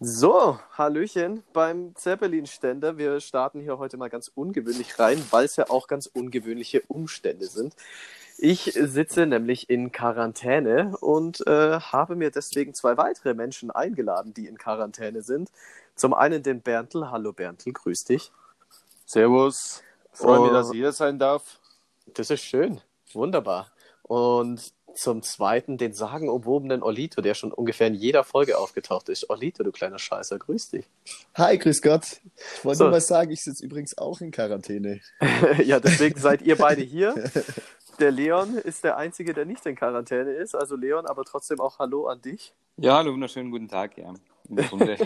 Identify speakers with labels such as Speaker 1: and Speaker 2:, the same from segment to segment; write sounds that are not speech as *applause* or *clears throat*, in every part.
Speaker 1: So, Hallöchen beim Zeppelin-Ständer. Wir starten hier heute mal ganz ungewöhnlich rein, weil es ja auch ganz ungewöhnliche Umstände sind. Ich sitze nämlich in Quarantäne und äh, habe mir deswegen zwei weitere Menschen eingeladen, die in Quarantäne sind. Zum einen den Berntl. Hallo Berntl, grüß dich.
Speaker 2: Servus. Freue mich,
Speaker 1: Oh.
Speaker 2: dass ich hier sein darf.
Speaker 1: Das ist schön. Wunderbar. Und zum zweiten den sagenumwobenen Olito, der schon ungefähr in jeder Folge aufgetaucht ist. Olito, du kleiner Scheißer, grüß dich.
Speaker 3: Hi, grüß Gott. Ich wollte
Speaker 1: So.
Speaker 3: nur mal sagen, ich sitze übrigens auch in Quarantäne.
Speaker 1: ja, deswegen seid ihr beide
Speaker 4: *laughs*
Speaker 1: hier. Der Leon ist der Einzige, der nicht in Quarantäne ist. Also Leon, aber trotzdem auch Hallo an dich.
Speaker 4: Ja, hallo, wunderschönen guten Tag, ja. In der
Speaker 3: *laughs*
Speaker 4: Runde.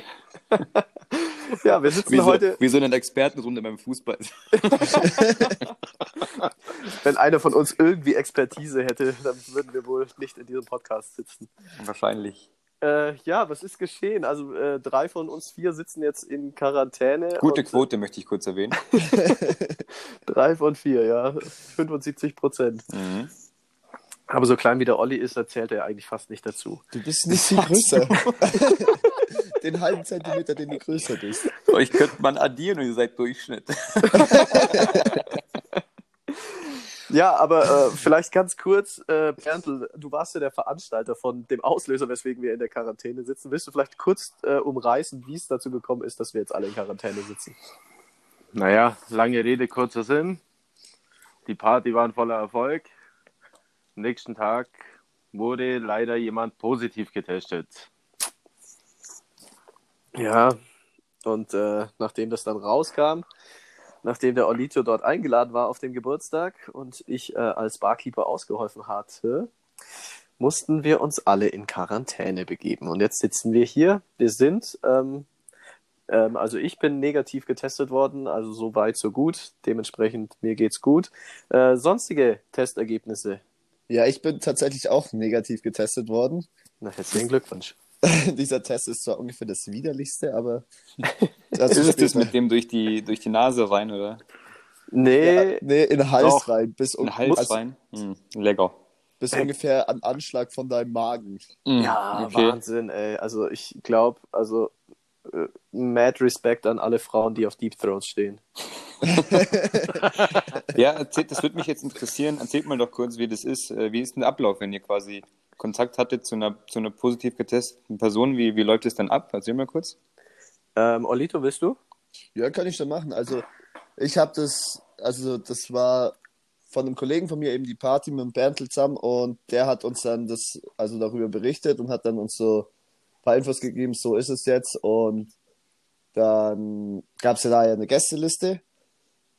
Speaker 1: Ja, wir sitzen
Speaker 4: wie, so,
Speaker 1: heute,
Speaker 4: wie so in einer Expertenrunde beim Fußball.
Speaker 1: wenn einer von uns irgendwie Expertise hätte, dann würden wir wohl nicht in diesem Podcast sitzen.
Speaker 4: Wahrscheinlich.
Speaker 1: Äh, ja, was ist geschehen? Also äh, drei von uns vier sitzen jetzt in Quarantäne.
Speaker 4: Gute
Speaker 1: und,
Speaker 4: Quote möchte ich kurz erwähnen.
Speaker 1: Drei von vier, ja. 75 Prozent.
Speaker 4: Mhm.
Speaker 1: Aber so klein wie der Olli ist, erzählt er eigentlich fast nicht dazu.
Speaker 3: Du bist nicht viel größer. *laughs* den halben Zentimeter, den du größer bist.
Speaker 4: Euch könnte man addieren und ihr seid Durchschnitt.
Speaker 1: Ja, aber äh, vielleicht ganz kurz, äh, Berndl, du warst ja der Veranstalter von dem Auslöser, weswegen wir in der Quarantäne sitzen. Willst du vielleicht kurz äh, umreißen, wie es dazu gekommen ist, dass wir jetzt alle in Quarantäne sitzen?
Speaker 2: Naja, lange Rede, kurzer Sinn. Die Party war ein voller Erfolg. Am nächsten Tag wurde leider jemand positiv getestet.
Speaker 1: Ja. Und äh, nachdem das dann rauskam, nachdem der Olito dort eingeladen war auf dem Geburtstag und ich äh, als Barkeeper ausgeholfen hatte, mussten wir uns alle in Quarantäne begeben. Und jetzt sitzen wir hier. Wir sind, ähm, ähm, also ich bin negativ getestet worden, also so weit, so gut. Dementsprechend, mir geht's gut. Äh, sonstige Testergebnisse.
Speaker 3: Ja, ich bin tatsächlich auch negativ getestet worden. *laughs*
Speaker 1: Na, herzlichen Glückwunsch.
Speaker 3: Dieser Test ist zwar ungefähr das widerlichste,
Speaker 4: *laughs*
Speaker 3: aber das
Speaker 4: Ist es das mit dem durch die, durch die Nase rein, oder?
Speaker 1: Nee,
Speaker 3: ja, nee, in den Hals
Speaker 1: Doch.
Speaker 3: rein, bis, un
Speaker 4: In den Hals rein? Mhm. Lecker.
Speaker 3: bis ungefähr an Anschlag von deinem Magen.
Speaker 4: Mhm.
Speaker 1: Ja, Wahnsinn, ey. Also ich glaube, also äh, mad Respekt an alle Frauen, die auf Deep Throat stehen.
Speaker 4: Ja, erzählt, das würde mich jetzt interessieren. Erzählt mal doch kurz, wie das ist. Äh, Wie ist denn der Ablauf, wenn ihr quasi Kontakt hattet zu einer, zu einer positiv getesteten Person? Wie, wie läuft es dann ab? Erzähl mal kurz.
Speaker 1: Ähm, Olito, willst du?
Speaker 3: Ja, kann ich schon machen. Also, ich habe das, also das war von einem Kollegen von mir eben die Party mit dem Berndl zusammen und der hat uns dann das, also darüber berichtet und hat dann uns so ein paar Infos gegeben, so ist es jetzt und dann gab es ja da ja eine Gästeliste,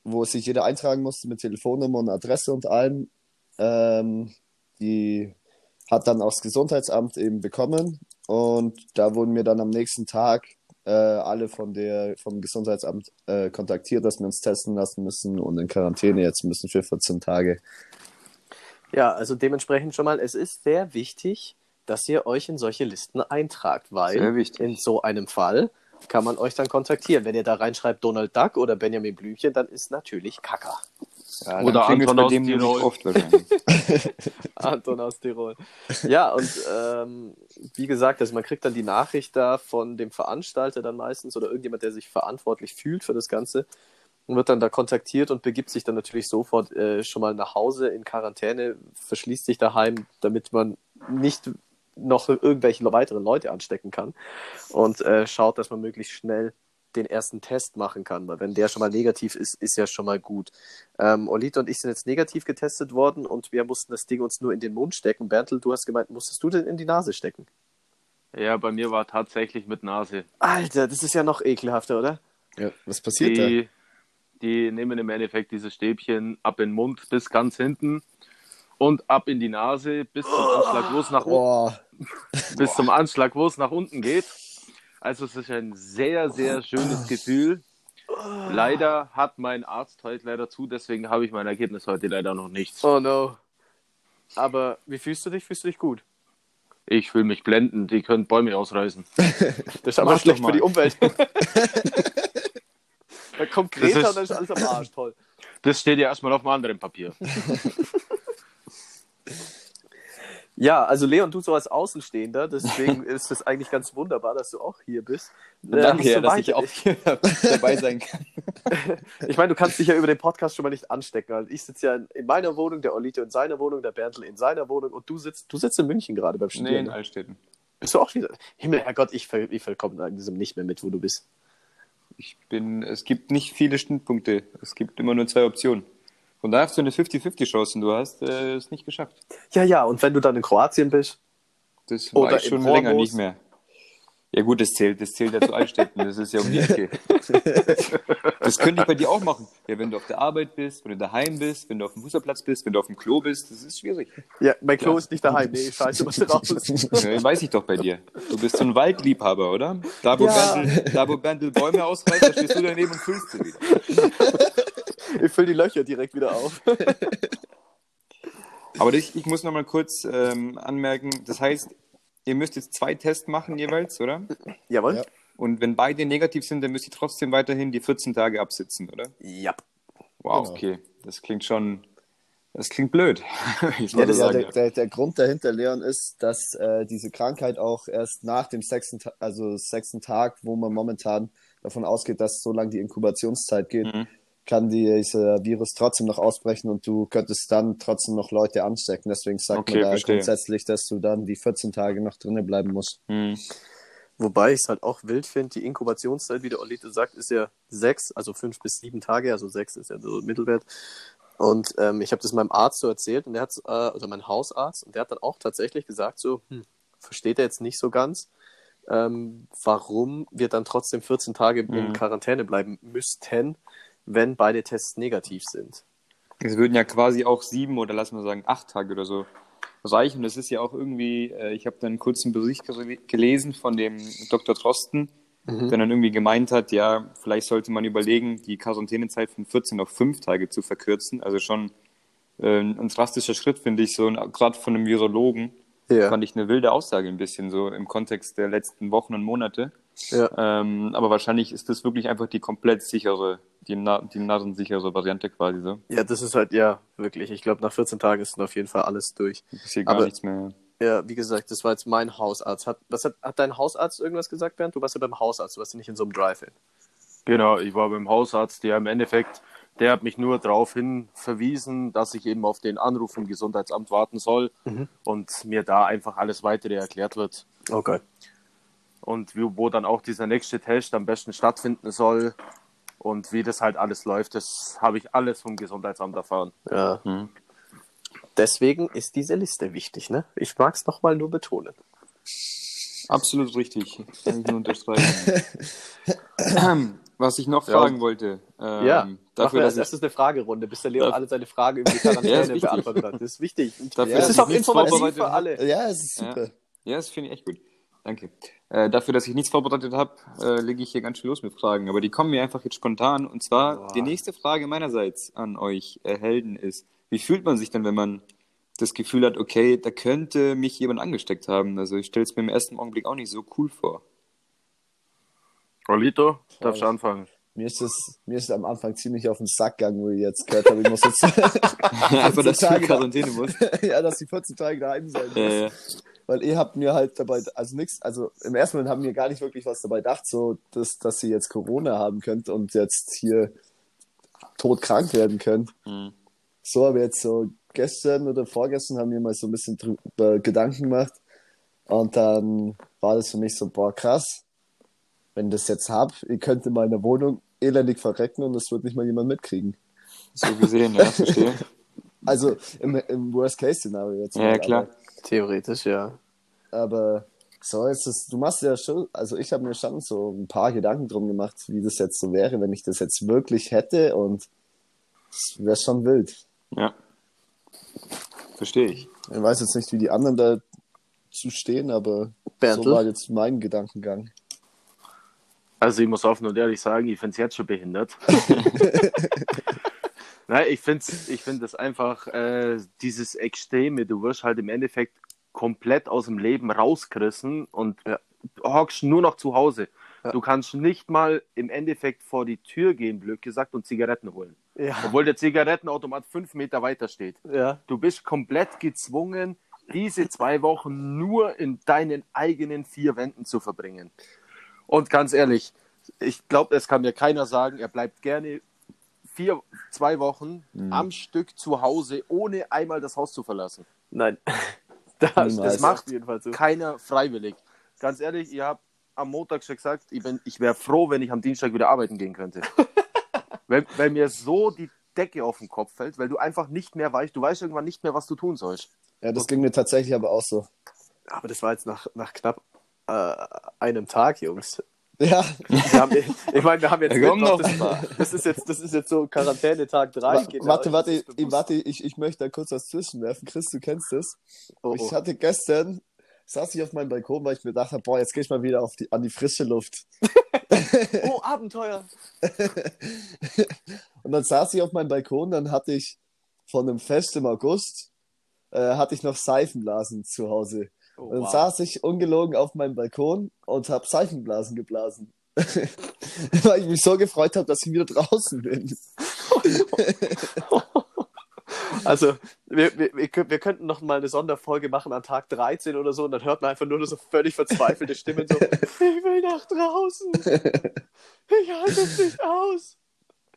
Speaker 3: wo sich jeder eintragen musste mit Telefonnummer und Adresse und allem. Ähm, die hat dann auch das Gesundheitsamt eben bekommen und da wurden mir dann am nächsten Tag äh, alle von der, vom Gesundheitsamt äh, kontaktiert, dass wir uns testen lassen müssen und in Quarantäne jetzt müssen für 14 Tage.
Speaker 1: Ja, also dementsprechend schon mal, es ist sehr wichtig, dass ihr euch in solche Listen eintragt,
Speaker 4: Sehr
Speaker 1: weil
Speaker 4: wichtig.
Speaker 1: in so einem Fall kann man euch dann kontaktieren. Wenn ihr da reinschreibt Donald Duck oder Benjamin Blümchen, dann ist natürlich Kacker.
Speaker 4: Ja,
Speaker 2: Oder
Speaker 4: dann klingelt's
Speaker 2: Anton aus
Speaker 4: bei dem nämlich
Speaker 2: Tirol.
Speaker 4: oft wahrscheinlich. *laughs*
Speaker 1: *laughs* Anton aus Tirol. Ja, und ähm, wie gesagt, also man kriegt dann die Nachricht da von dem Veranstalter dann meistens oder irgendjemand, der sich verantwortlich fühlt für das Ganze und wird dann da kontaktiert und begibt sich dann natürlich sofort äh, schon mal nach Hause in Quarantäne, verschließt sich daheim, damit man nicht noch irgendwelche weiteren Leute anstecken kann und äh, schaut, dass man möglichst schnell den ersten Test machen kann, weil wenn der schon mal negativ ist, ist ja schon mal gut. Ähm, Olito und ich sind jetzt negativ getestet worden und wir mussten das Ding uns nur in den Mund stecken. Bertel, du hast gemeint, musstest du denn in die Nase stecken?
Speaker 2: Ja, bei mir war tatsächlich mit Nase.
Speaker 1: Alter, das ist ja noch ekelhafter, oder?
Speaker 3: Ja, was passiert da?
Speaker 2: Die, die nehmen im Endeffekt dieses Stäbchen ab in den Mund bis ganz hinten und ab in die Nase bis zum Anschlag, wo es
Speaker 3: Oh.
Speaker 2: nach unten
Speaker 3: Boah,
Speaker 2: bis zum Anschlag, wo es nach unten geht. Also es ist ein sehr, sehr schönes Gefühl. Leider hat mein Arzt heute leider zu, deswegen habe ich mein Ergebnis heute leider noch nicht.
Speaker 1: Oh no. Aber wie fühlst du dich? Fühlst du dich gut?
Speaker 2: Ich fühle mich blenden, die können Bäume ausreißen.
Speaker 1: Das ist aber
Speaker 4: Mach
Speaker 1: schlecht
Speaker 4: doch mal.
Speaker 1: für die Umwelt. *laughs* da kommt Greta
Speaker 2: ist-
Speaker 1: und dann ist alles am Arsch, toll.
Speaker 2: Das steht ja erstmal auf einem anderen Papier.
Speaker 1: Ja, also Leon, du so als Außenstehender, *laughs* deswegen ist es eigentlich ganz wunderbar, dass du auch hier bist. Äh, hast
Speaker 4: Danke,
Speaker 1: du
Speaker 4: ja, dass
Speaker 1: weiter-
Speaker 4: ich auch hier *laughs* dabei sein kann.
Speaker 1: Ich meine, du kannst dich ja über den Podcast schon mal nicht anstecken. Also ich sitze ja in, in meiner Wohnung, der Olito in seiner Wohnung, der Bertel in seiner Wohnung und du sitzt, du sitzt in München gerade beim
Speaker 4: Nee,
Speaker 1: Studieren.
Speaker 4: in Altstädten.
Speaker 1: Bist du auch wieder? Himmel, Herrgott, ich, ver, ich verkomme da in diesem nicht mehr mit, wo du bist.
Speaker 4: Ich bin, es gibt nicht viele Standpunkte. Es gibt immer nur zwei Optionen. Und da hast du eine 50-50-Chance und du hast äh, es nicht geschafft.
Speaker 1: Ja, ja, und wenn du dann in Kroatien bist,
Speaker 4: Das
Speaker 1: Oder
Speaker 4: war ich
Speaker 1: in
Speaker 4: schon länger
Speaker 1: Hornbos.
Speaker 4: nicht mehr. Ja gut, das zählt, das zählt ja zu Altstädten, das ist ja um
Speaker 1: *laughs*
Speaker 4: die Ecke. Das könnte ich bei dir auch machen. Ja, wenn du auf der Arbeit bist, wenn du daheim bist, wenn du auf dem Fußballplatz bist, wenn du auf dem Klo bist, das ist schwierig.
Speaker 1: ja, mein Klo ist nicht daheim. Nee, scheiße, muss raus. *laughs*
Speaker 4: Ja, weiß ich doch bei dir. Du bist so ein Waldliebhaber, oder? Da wo,
Speaker 1: Ja.
Speaker 4: Berndl, da, wo Berndl Bäume ausreißt, da stehst du daneben und füllst sie wieder.
Speaker 1: Ich fülle die Löcher direkt wieder auf.
Speaker 4: Aber ich, ich muss nochmal kurz ähm, anmerken, das heißt, ihr müsst jetzt zwei Tests machen jeweils, oder?
Speaker 1: Jawohl.
Speaker 3: Ja.
Speaker 4: Und wenn beide negativ sind, dann müsst ihr trotzdem weiterhin die 14 Tage absitzen, oder?
Speaker 1: Ja.
Speaker 4: Wow,
Speaker 3: Genau.
Speaker 4: okay. Das klingt schon. Das klingt blöd. *laughs* Ich
Speaker 3: Ja,
Speaker 4: würde
Speaker 3: das
Speaker 1: Ja,
Speaker 3: ja,
Speaker 4: sagen.
Speaker 3: der, der, der Grund dahinter, Leon, ist, dass äh, diese Krankheit auch erst nach dem sechsten, Ta- also sechsten Tag, wo man momentan davon ausgeht, dass so lange die Inkubationszeit geht,
Speaker 4: Mhm.
Speaker 3: kann dieser Virus trotzdem noch ausbrechen und du könntest dann trotzdem noch Leute anstecken. Deswegen sagt
Speaker 4: Okay,
Speaker 3: man da
Speaker 4: verstehe.
Speaker 3: grundsätzlich, dass du dann die 14 Tage noch drinnen bleiben musst.
Speaker 4: Hm.
Speaker 1: Wobei ich es halt auch wild finde, die Inkubationszeit, wie der Olito sagt, ist ja sechs, also fünf bis sieben Tage, also sechs ist ja so Mittelwert. Und ähm, ich habe das meinem Arzt so erzählt und der hat, äh, also mein Hausarzt, und der hat dann auch tatsächlich gesagt, so, hm, versteht er jetzt nicht so ganz, ähm, warum wir dann trotzdem 14 Tage in
Speaker 4: Mhm.
Speaker 1: Quarantäne bleiben müssten, wenn beide Tests negativ sind.
Speaker 4: Es würden ja quasi auch sieben oder lassen wir sagen acht Tage oder so reichen. Und das ist ja auch irgendwie, äh, ich habe dann einen kurzen Bericht gese- gelesen von dem Dr. Trosten, der dann irgendwie gemeint hat, ja, vielleicht sollte man überlegen, die Quarantänezeit von 14 auf fünf Tage zu verkürzen. Also schon äh, ein drastischer Schritt, finde ich, so gerade von einem Virologen.
Speaker 1: Ja.
Speaker 4: Fand ich eine wilde Aussage ein bisschen so im Kontext der letzten Wochen und Monate.
Speaker 1: ja.
Speaker 4: Ähm, aber wahrscheinlich ist das wirklich einfach die komplett sichere, die, na die nasensichere Variante quasi so.
Speaker 1: ja, das ist halt, ja, wirklich. Ich glaube, nach 14 Tagen ist dann auf jeden Fall alles durch.
Speaker 4: Ist hier gar
Speaker 1: Aber-
Speaker 4: nichts mehr.
Speaker 1: Ja, wie gesagt, das war jetzt mein Hausarzt. Hat, was hat, hat dein Hausarzt irgendwas gesagt, Bernd? Du warst ja beim Hausarzt, du warst ja nicht in so einem Drive-In.
Speaker 2: Genau, ich war beim Hausarzt, der im Endeffekt, der hat mich nur darauf hin verwiesen, dass ich eben auf den Anruf vom Gesundheitsamt warten soll und mir da einfach alles weitere erklärt wird.
Speaker 1: Okay.
Speaker 2: Und wie, wo dann auch dieser nächste Test am besten stattfinden soll und wie das halt alles läuft, das habe ich alles vom Gesundheitsamt erfahren.
Speaker 1: Ja.
Speaker 4: Mhm.
Speaker 1: Deswegen ist diese Liste wichtig, ne? Ich mag es nochmal nur betonen.
Speaker 4: Absolut richtig. Kann ich nur unterstreichen. Was ich noch
Speaker 2: Ja.
Speaker 4: fragen wollte, ähm,
Speaker 1: ja, machen
Speaker 4: dafür,
Speaker 1: wir als
Speaker 4: dass ich,
Speaker 1: erstes eine Fragerunde, bis der Leon
Speaker 4: Darf-
Speaker 1: alle seine Fragen über die
Speaker 4: *laughs*
Speaker 1: Quarantäne
Speaker 4: wichtig.
Speaker 1: beantwortet hat. Das ist wichtig.
Speaker 4: *laughs*
Speaker 1: das
Speaker 4: Dafür,
Speaker 3: dass
Speaker 1: ist
Speaker 3: ich
Speaker 1: auch
Speaker 4: nichts
Speaker 1: informativ
Speaker 4: vorbereitet
Speaker 1: für
Speaker 4: habe.
Speaker 1: alle.
Speaker 3: Ja, es ist
Speaker 4: Ja.
Speaker 3: super.
Speaker 4: ja, das finde ich echt gut. Danke. Äh, dafür, dass ich nichts vorbereitet habe, äh, lege ich hier ganz schön los mit Fragen. Aber die kommen mir einfach jetzt spontan. Und zwar,
Speaker 1: Boah.
Speaker 4: die nächste Frage meinerseits an euch äh, Helden ist, wie fühlt man sich denn, wenn man das Gefühl hat, okay, da könnte mich jemand angesteckt haben? Also ich stelle es mir im ersten Augenblick auch nicht so cool vor. *laughs*
Speaker 2: Rolito, darfst du anfangen?
Speaker 3: Mir ist es mir ist am Anfang ziemlich auf den Sack gegangen, wo ich jetzt gehört habe, ich muss jetzt *laughs*
Speaker 4: *laughs* Einfach, dass du in
Speaker 3: Tage.
Speaker 4: Quarantäne musst.
Speaker 3: ja, dass die 14 Tage daheim sein
Speaker 4: Ja,
Speaker 3: müssen.
Speaker 4: ja.
Speaker 3: Weil ihr habt mir halt dabei, also nichts, also im ersten Moment haben wir gar nicht wirklich was dabei gedacht, so dass, dass ihr jetzt Corona haben könnt und jetzt hier todkrank werden könnt.
Speaker 4: Mhm.
Speaker 3: So, aber jetzt so gestern oder vorgestern haben wir mal so ein bisschen drüber Gedanken gemacht und dann war das für mich so, boah, krass, wenn ich das jetzt hab, ihr könnt in meiner Wohnung elendig verrecken und das wird nicht mal jemand mitkriegen.
Speaker 4: So gesehen, ja, *laughs* verstehe.
Speaker 3: Also im, im Worst-Case-Szenario jetzt.
Speaker 4: Ja,
Speaker 3: mal,
Speaker 4: klar.
Speaker 3: aber-
Speaker 1: Theoretisch, ja.
Speaker 3: Aber so ist es, du machst ja schon, also ich habe mir schon so ein paar Gedanken drum gemacht, wie das jetzt so wäre, wenn ich das jetzt wirklich hätte und es wäre schon wild.
Speaker 4: Ja. Verstehe ich.
Speaker 3: Ich weiß jetzt nicht, wie die anderen da zu stehen, aber so
Speaker 1: Bertel?
Speaker 3: war jetzt mein Gedankengang.
Speaker 2: Also ich muss offen und ehrlich sagen, ich finde es jetzt
Speaker 1: *laughs*
Speaker 2: schon behindert. Nein, ich finde ich find das einfach, äh, dieses Extreme, du wirst halt im Endeffekt komplett aus dem Leben rausgerissen und
Speaker 1: Ja.
Speaker 2: hockst nur noch zu Hause.
Speaker 1: Ja.
Speaker 2: Du kannst nicht mal im Endeffekt vor die Tür gehen, blöd gesagt, und Zigaretten holen.
Speaker 1: Ja.
Speaker 2: Obwohl der Zigarettenautomat fünf Meter weiter steht.
Speaker 1: ja.
Speaker 2: Du bist komplett gezwungen, diese zwei Wochen nur in deinen eigenen vier Wänden zu verbringen. Und ganz ehrlich, ich glaube, es kann mir keiner sagen, er bleibt gerne vier, zwei Wochen am Stück zu Hause, ohne einmal das Haus zu verlassen.
Speaker 1: Nein. *laughs* Das,
Speaker 3: Niemals.
Speaker 1: das macht jedenfalls so.
Speaker 2: Keiner freiwillig. Ganz ehrlich, ihr habt am Montag schon gesagt, ich, bin- ich wäre froh, wenn ich am Dienstag wieder arbeiten gehen *laughs* könnte. weil, weil mir so die Decke auf den Kopf fällt, weil du einfach nicht mehr weißt, du weißt irgendwann nicht mehr, was du tun sollst.
Speaker 3: Ja, das ging mir tatsächlich aber auch so. *laughs*
Speaker 1: Aber das war jetzt nach, nach knapp äh, einem Tag, Jungs.
Speaker 3: Ja,
Speaker 1: Wir haben, ich meine, wir haben jetzt
Speaker 4: Ja, komm
Speaker 1: Mittwoch,
Speaker 4: noch.
Speaker 1: Das, das ist jetzt das ist jetzt so Quarantänetag 3.
Speaker 3: wa warte, warte, ich, warte, ich, ich möchte da kurz was zwischenwerfen. Chris, du kennst das.
Speaker 1: Oh,
Speaker 3: Ich
Speaker 1: oh.
Speaker 3: hatte gestern, saß ich auf meinem Balkon, weil ich mir dachte, boah, jetzt gehe ich mal wieder auf die, an die frische Luft.
Speaker 1: *laughs* oh, Abenteuer.
Speaker 3: *laughs* Und dann saß ich auf meinem Balkon, dann hatte ich von einem Fest im August, äh, hatte ich noch Seifenblasen zu Hause.
Speaker 1: Oh,
Speaker 3: Und dann
Speaker 1: wow.
Speaker 3: saß ich ungelogen auf meinem Balkon und habe Seifenblasen geblasen. *laughs* Weil ich mich so gefreut habe, dass ich wieder *laughs* draußen bin.
Speaker 1: Also, wir, wir, wir kö- wir könnten noch mal eine Sonderfolge machen an Tag 13 oder so und dann hört man einfach nur so völlig verzweifelte Stimmen
Speaker 3: *laughs*
Speaker 1: so, ich will nach draußen. Ich halte es nicht aus.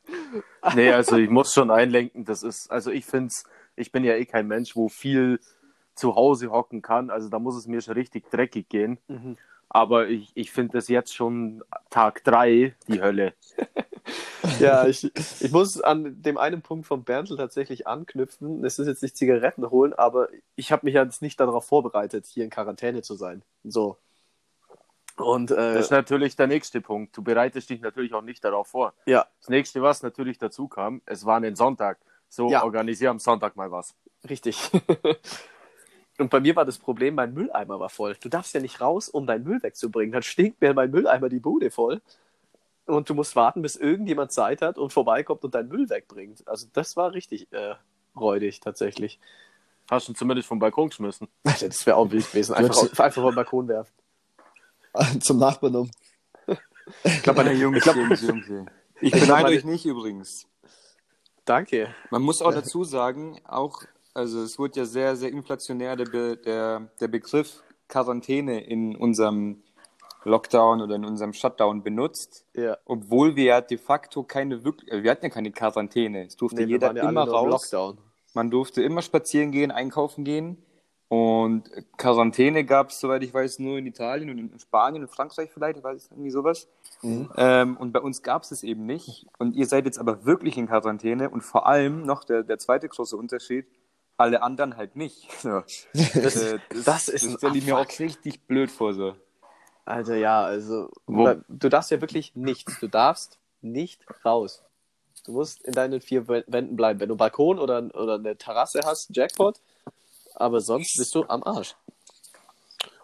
Speaker 2: *laughs* Nee, also ich muss schon einlenken, das ist, also ich finde es, ich bin ja eh kein Mensch, wo viel zu Hause hocken kann, also da muss es mir schon richtig dreckig gehen.
Speaker 3: Mhm.
Speaker 2: Aber ich, ich finde das jetzt schon Tag 3 die Hölle.
Speaker 1: Ja, ich, ich muss an dem einen Punkt von Berndl tatsächlich anknüpfen. Es ist jetzt nicht Zigaretten holen, aber ich habe mich jetzt nicht darauf vorbereitet, hier in Quarantäne zu sein. So. Und äh,
Speaker 2: Das ist natürlich der nächste Punkt. Du bereitest dich natürlich auch nicht darauf vor.
Speaker 1: ja,
Speaker 2: Das nächste, was natürlich dazu kam, es war ein Sonntag. So
Speaker 1: Ja.
Speaker 2: organisier am Sonntag mal was.
Speaker 1: Richtig. *laughs* Und bei mir war das Problem, mein Mülleimer war voll. Du darfst ja nicht raus, um deinen Müll wegzubringen. Dann stinkt mir mein Mülleimer die Bude voll. Und du musst warten, bis irgendjemand Zeit hat und vorbeikommt und deinen Müll wegbringt. Also das war richtig äh, räudig tatsächlich. *laughs*
Speaker 2: Hast du ihn zumindest vom Balkon geschmissen?
Speaker 1: Alter, das wäre auch wild gewesen. Einfach,
Speaker 3: Würdest
Speaker 1: einfach vom Balkon werfen.
Speaker 3: Zum Nachbarn um.
Speaker 4: Ich glaube, meine Jungs, Jungs,
Speaker 1: *laughs*
Speaker 4: Jungs. ey. Ich beneide euch nicht übrigens.
Speaker 1: Danke.
Speaker 4: Man muss auch dazu sagen, auch, also es wurde ja sehr, sehr inflationär der, Be der, der Begriff Quarantäne in unserem Lockdown oder in unserem Shutdown benutzt,
Speaker 1: Ja.
Speaker 4: obwohl wir ja de facto keine wirklich, wir hatten ja keine Quarantäne. Es durfte
Speaker 1: wir
Speaker 4: jeder
Speaker 1: waren ja alle
Speaker 4: immer
Speaker 1: nur im
Speaker 4: raus.
Speaker 1: Lockdown.
Speaker 4: Man durfte immer spazieren gehen, einkaufen gehen. Und Quarantäne gab es, soweit ich weiß, nur in Italien und in Spanien und Frankreich vielleicht, ich weiß irgendwie sowas.
Speaker 1: Mhm.
Speaker 4: Ähm, und bei uns gab es es eben nicht. Und ihr seid jetzt aber wirklich in Quarantäne und vor allem noch der, der zweite große Unterschied, alle anderen halt nicht. *laughs* So. Äh,
Speaker 1: das ist ein
Speaker 4: das stelle ich mir auch
Speaker 1: Abfuck.
Speaker 4: richtig blöd vor. So.
Speaker 1: Alter, ja, also
Speaker 4: Wo-
Speaker 1: da- du darfst ja wirklich nichts. Du darfst nicht raus. Du musst in deinen vier Wä- Wänden bleiben. Wenn du einen Balkon oder, oder eine Terrasse hast, Jackpot. Aber sonst bist du am Arsch.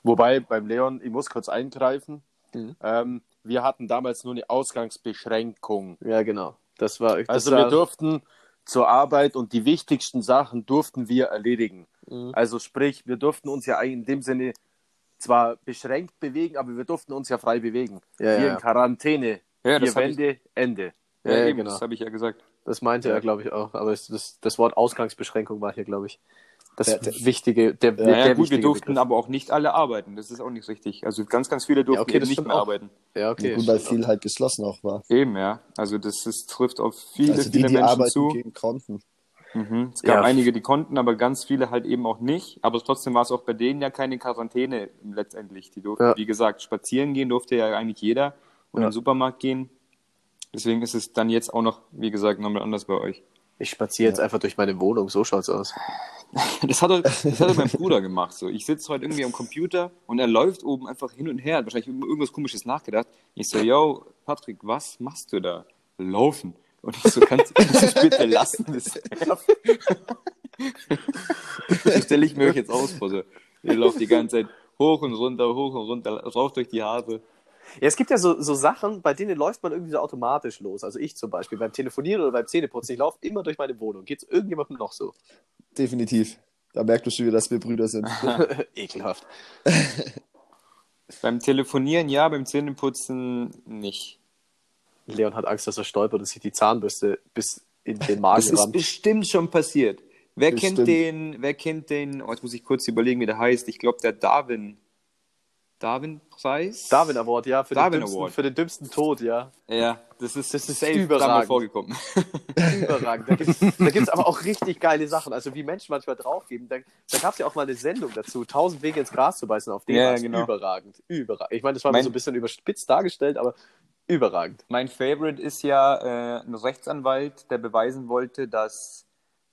Speaker 2: Wobei beim Leon, ich muss kurz eingreifen,
Speaker 1: Mhm.
Speaker 2: ähm, wir hatten damals nur eine Ausgangsbeschränkung.
Speaker 1: Ja, genau. Das war. Das
Speaker 2: Also
Speaker 1: war,
Speaker 2: wir durften zur Arbeit und die wichtigsten Sachen durften wir erledigen.
Speaker 1: Mhm.
Speaker 2: Also sprich, wir durften uns ja in dem Sinne zwar beschränkt bewegen, aber wir durften uns ja frei bewegen.
Speaker 1: Ja, ja,
Speaker 2: wir
Speaker 1: ja.
Speaker 2: in Quarantäne,
Speaker 4: Ja,
Speaker 2: wir
Speaker 4: das habe ich,
Speaker 2: Wende, Ende.
Speaker 1: Ja,
Speaker 4: ja,
Speaker 1: ja,
Speaker 4: eben,
Speaker 1: genau.
Speaker 4: das habe ich ja gesagt.
Speaker 1: das meinte er, glaube ich, auch. Aber es, das, das Wort Ausgangsbeschränkung war hier, glaube ich, das
Speaker 3: Der- der-
Speaker 1: wichtige. Der,
Speaker 4: Ja,
Speaker 1: der
Speaker 4: ja, gut, wir
Speaker 1: wichtige
Speaker 4: durften
Speaker 1: Begriff.
Speaker 4: aber auch nicht alle arbeiten. Das ist auch nicht richtig. Also ganz, ganz viele durften
Speaker 1: okay,
Speaker 4: eben
Speaker 1: das
Speaker 4: nicht
Speaker 1: stimmt
Speaker 4: mehr
Speaker 1: auch.
Speaker 4: arbeiten.
Speaker 1: Ja, okay.
Speaker 3: Gut, weil viel halt geschlossen auch war.
Speaker 4: Eben, ja. Also das ist, trifft auf viele,
Speaker 3: Also die,
Speaker 4: viele
Speaker 3: die
Speaker 4: Menschen
Speaker 3: arbeiten
Speaker 4: zu.
Speaker 3: gehen konnten.
Speaker 4: Mhm. Es gab
Speaker 1: Ja.
Speaker 4: einige, die konnten, aber ganz viele halt eben auch nicht. Aber trotzdem war es auch bei denen ja keine Quarantäne letztendlich. Die durften,
Speaker 1: Ja.
Speaker 4: wie gesagt, spazieren gehen durfte ja eigentlich jeder und
Speaker 1: Ja.
Speaker 4: in den Supermarkt gehen. Deswegen ist es dann jetzt auch noch, wie gesagt, nochmal anders bei euch.
Speaker 1: Ich spaziere jetzt einfach durch meine Wohnung. So schaut's aus.
Speaker 4: Das hatte, das hatte mein Bruder gemacht. So. Ich sitze heute irgendwie am Computer und er läuft oben einfach hin und her, hat wahrscheinlich über irgendwas komisches nachgedacht. Ich so, yo, Patrick, was machst du da? Laufen. Und ich so, kannst, kannst du es bitte lassen? Das, *laughs* das stelle ich mir euch jetzt aus vor. So. Ihr lauft die ganze Zeit hoch und runter, hoch und runter, raucht euch die Haare.
Speaker 1: Ja, es gibt ja so, so Sachen, bei denen läuft man irgendwie so automatisch los. Also ich zum Beispiel beim Telefonieren oder beim Zähneputzen, ich laufe immer durch meine Wohnung. Geht's irgendjemandem noch so?
Speaker 3: Definitiv. Da merkst du schon wieder, dass wir Brüder sind.
Speaker 1: *laughs* Ekelhaft.
Speaker 4: Beim Telefonieren ja, beim Zähneputzen nicht.
Speaker 1: Leon hat Angst, dass er stolpert und sich die Zahnbürste bis in den Magen
Speaker 4: Das ist
Speaker 1: rammt.
Speaker 4: bestimmt schon passiert. Wer
Speaker 3: Das
Speaker 4: kennt
Speaker 3: stimmt.
Speaker 4: den, wer kennt den, oh, jetzt muss ich kurz überlegen, wie der heißt. Ich glaube, der Darwin. Darwin-Preis?
Speaker 1: Darwin Award, ja, für,
Speaker 4: Darwin
Speaker 1: den, dümmsten,
Speaker 4: Award.
Speaker 1: für den dümmsten Tod,
Speaker 4: *laughs*
Speaker 1: ja.
Speaker 4: Ja, das ist, das ist
Speaker 1: safe
Speaker 4: safe
Speaker 1: dreimal
Speaker 4: dreimal vorgekommen.
Speaker 1: Überragend. Da gibt's- Da gibt es aber auch richtig geile Sachen. Also wie Menschen manchmal draufgeben. Da, da gab es ja auch mal eine Sendung dazu, 1000 Wege ins Gras zu beißen. Auf dem
Speaker 4: Ja,
Speaker 1: war
Speaker 4: ja,
Speaker 1: es
Speaker 4: genau.
Speaker 1: überragend. Überragend. Ich meine, das war
Speaker 4: Mein-
Speaker 1: mal so ein bisschen überspitzt dargestellt, aber überragend.
Speaker 4: Mein Favorite ist ja äh, ein Rechtsanwalt, der beweisen wollte, dass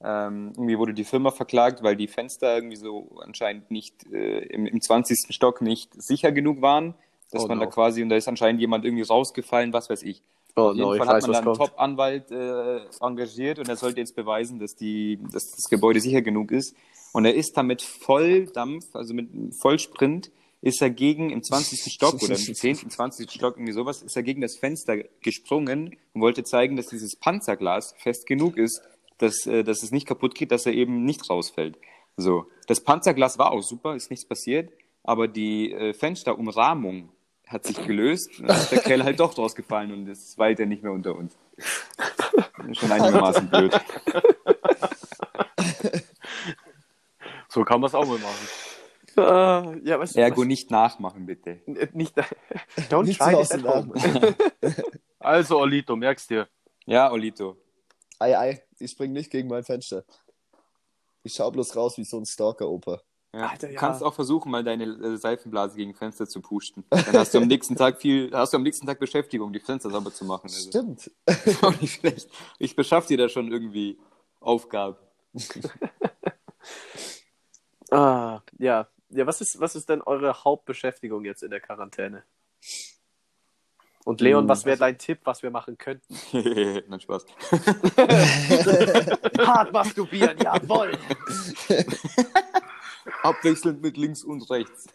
Speaker 4: ähm, irgendwie wurde die Firma verklagt, weil die Fenster irgendwie so anscheinend nicht äh, im, im 20. Stock nicht sicher genug waren. Dass
Speaker 1: Oh
Speaker 4: man
Speaker 1: no.
Speaker 4: da quasi, und da ist anscheinend jemand irgendwie rausgefallen, was weiß ich.
Speaker 1: Oh
Speaker 4: Auf jeden
Speaker 1: no, ich
Speaker 4: Fall hat
Speaker 1: weiß,
Speaker 4: man
Speaker 1: was
Speaker 4: dann einen
Speaker 1: kommt.
Speaker 4: Top-Anwalt äh, engagiert und er sollte jetzt beweisen, dass, die, dass das Gebäude sicher genug ist. Und er ist damit Volldampf, also mit einem Vollsprint, ist er gegen im
Speaker 1: *laughs*
Speaker 4: 20. Stock oder im 10., 20. Stock, irgendwie sowas, ist er gegen das Fenster gesprungen und wollte zeigen, dass dieses Panzerglas fest genug ist, dass, äh, dass es nicht kaputt geht, dass er eben nicht rausfällt. So. Das Panzerglas war auch super, ist nichts passiert, aber die äh, Fensterumrahmung hat sich gelöst. Dann ist der Kerl halt doch rausgefallen und ist weiter nicht mehr
Speaker 1: *laughs*
Speaker 4: unter uns. Schon einigermaßen blöd.
Speaker 2: So kann man es auch mal machen.
Speaker 1: Ah, ja, weißt du,
Speaker 4: Ergo nicht nachmachen, bitte.
Speaker 1: was- nicht, *laughs* don't
Speaker 3: Nicht
Speaker 1: try
Speaker 3: so
Speaker 1: this
Speaker 3: aus
Speaker 1: at
Speaker 3: dem
Speaker 1: home.
Speaker 2: Also, Olito, merkst dir.
Speaker 4: Ja, Olito.
Speaker 3: Ei, ei, ich spring nicht gegen mein Fenster. Ich schau bloß raus wie so ein Stalker-Opa.
Speaker 4: Ja.
Speaker 1: Alter, ja.
Speaker 4: Du kannst auch versuchen, mal deine äh, Seifenblase gegen Fenster zu pusten. Dann hast du am nächsten Tag viel, hast du am nächsten Tag Beschäftigung, die Fenster sauber zu machen. Also,
Speaker 3: Stimmt. *laughs*
Speaker 4: ist *laughs* auch nicht schlecht. Ich beschaff dir da schon irgendwie Aufgaben. *laughs*
Speaker 1: Ah, ja. Ja, was ist, was ist denn eure Hauptbeschäftigung jetzt in der Quarantäne? Und Leon,
Speaker 4: Hm,
Speaker 1: was wäre dein Tipp, was wir machen könnten?
Speaker 4: Nein, Spaß.
Speaker 1: *laughs* Hart masturbieren, jawohl!
Speaker 4: Abwechselnd mit links und *laughs* rechts.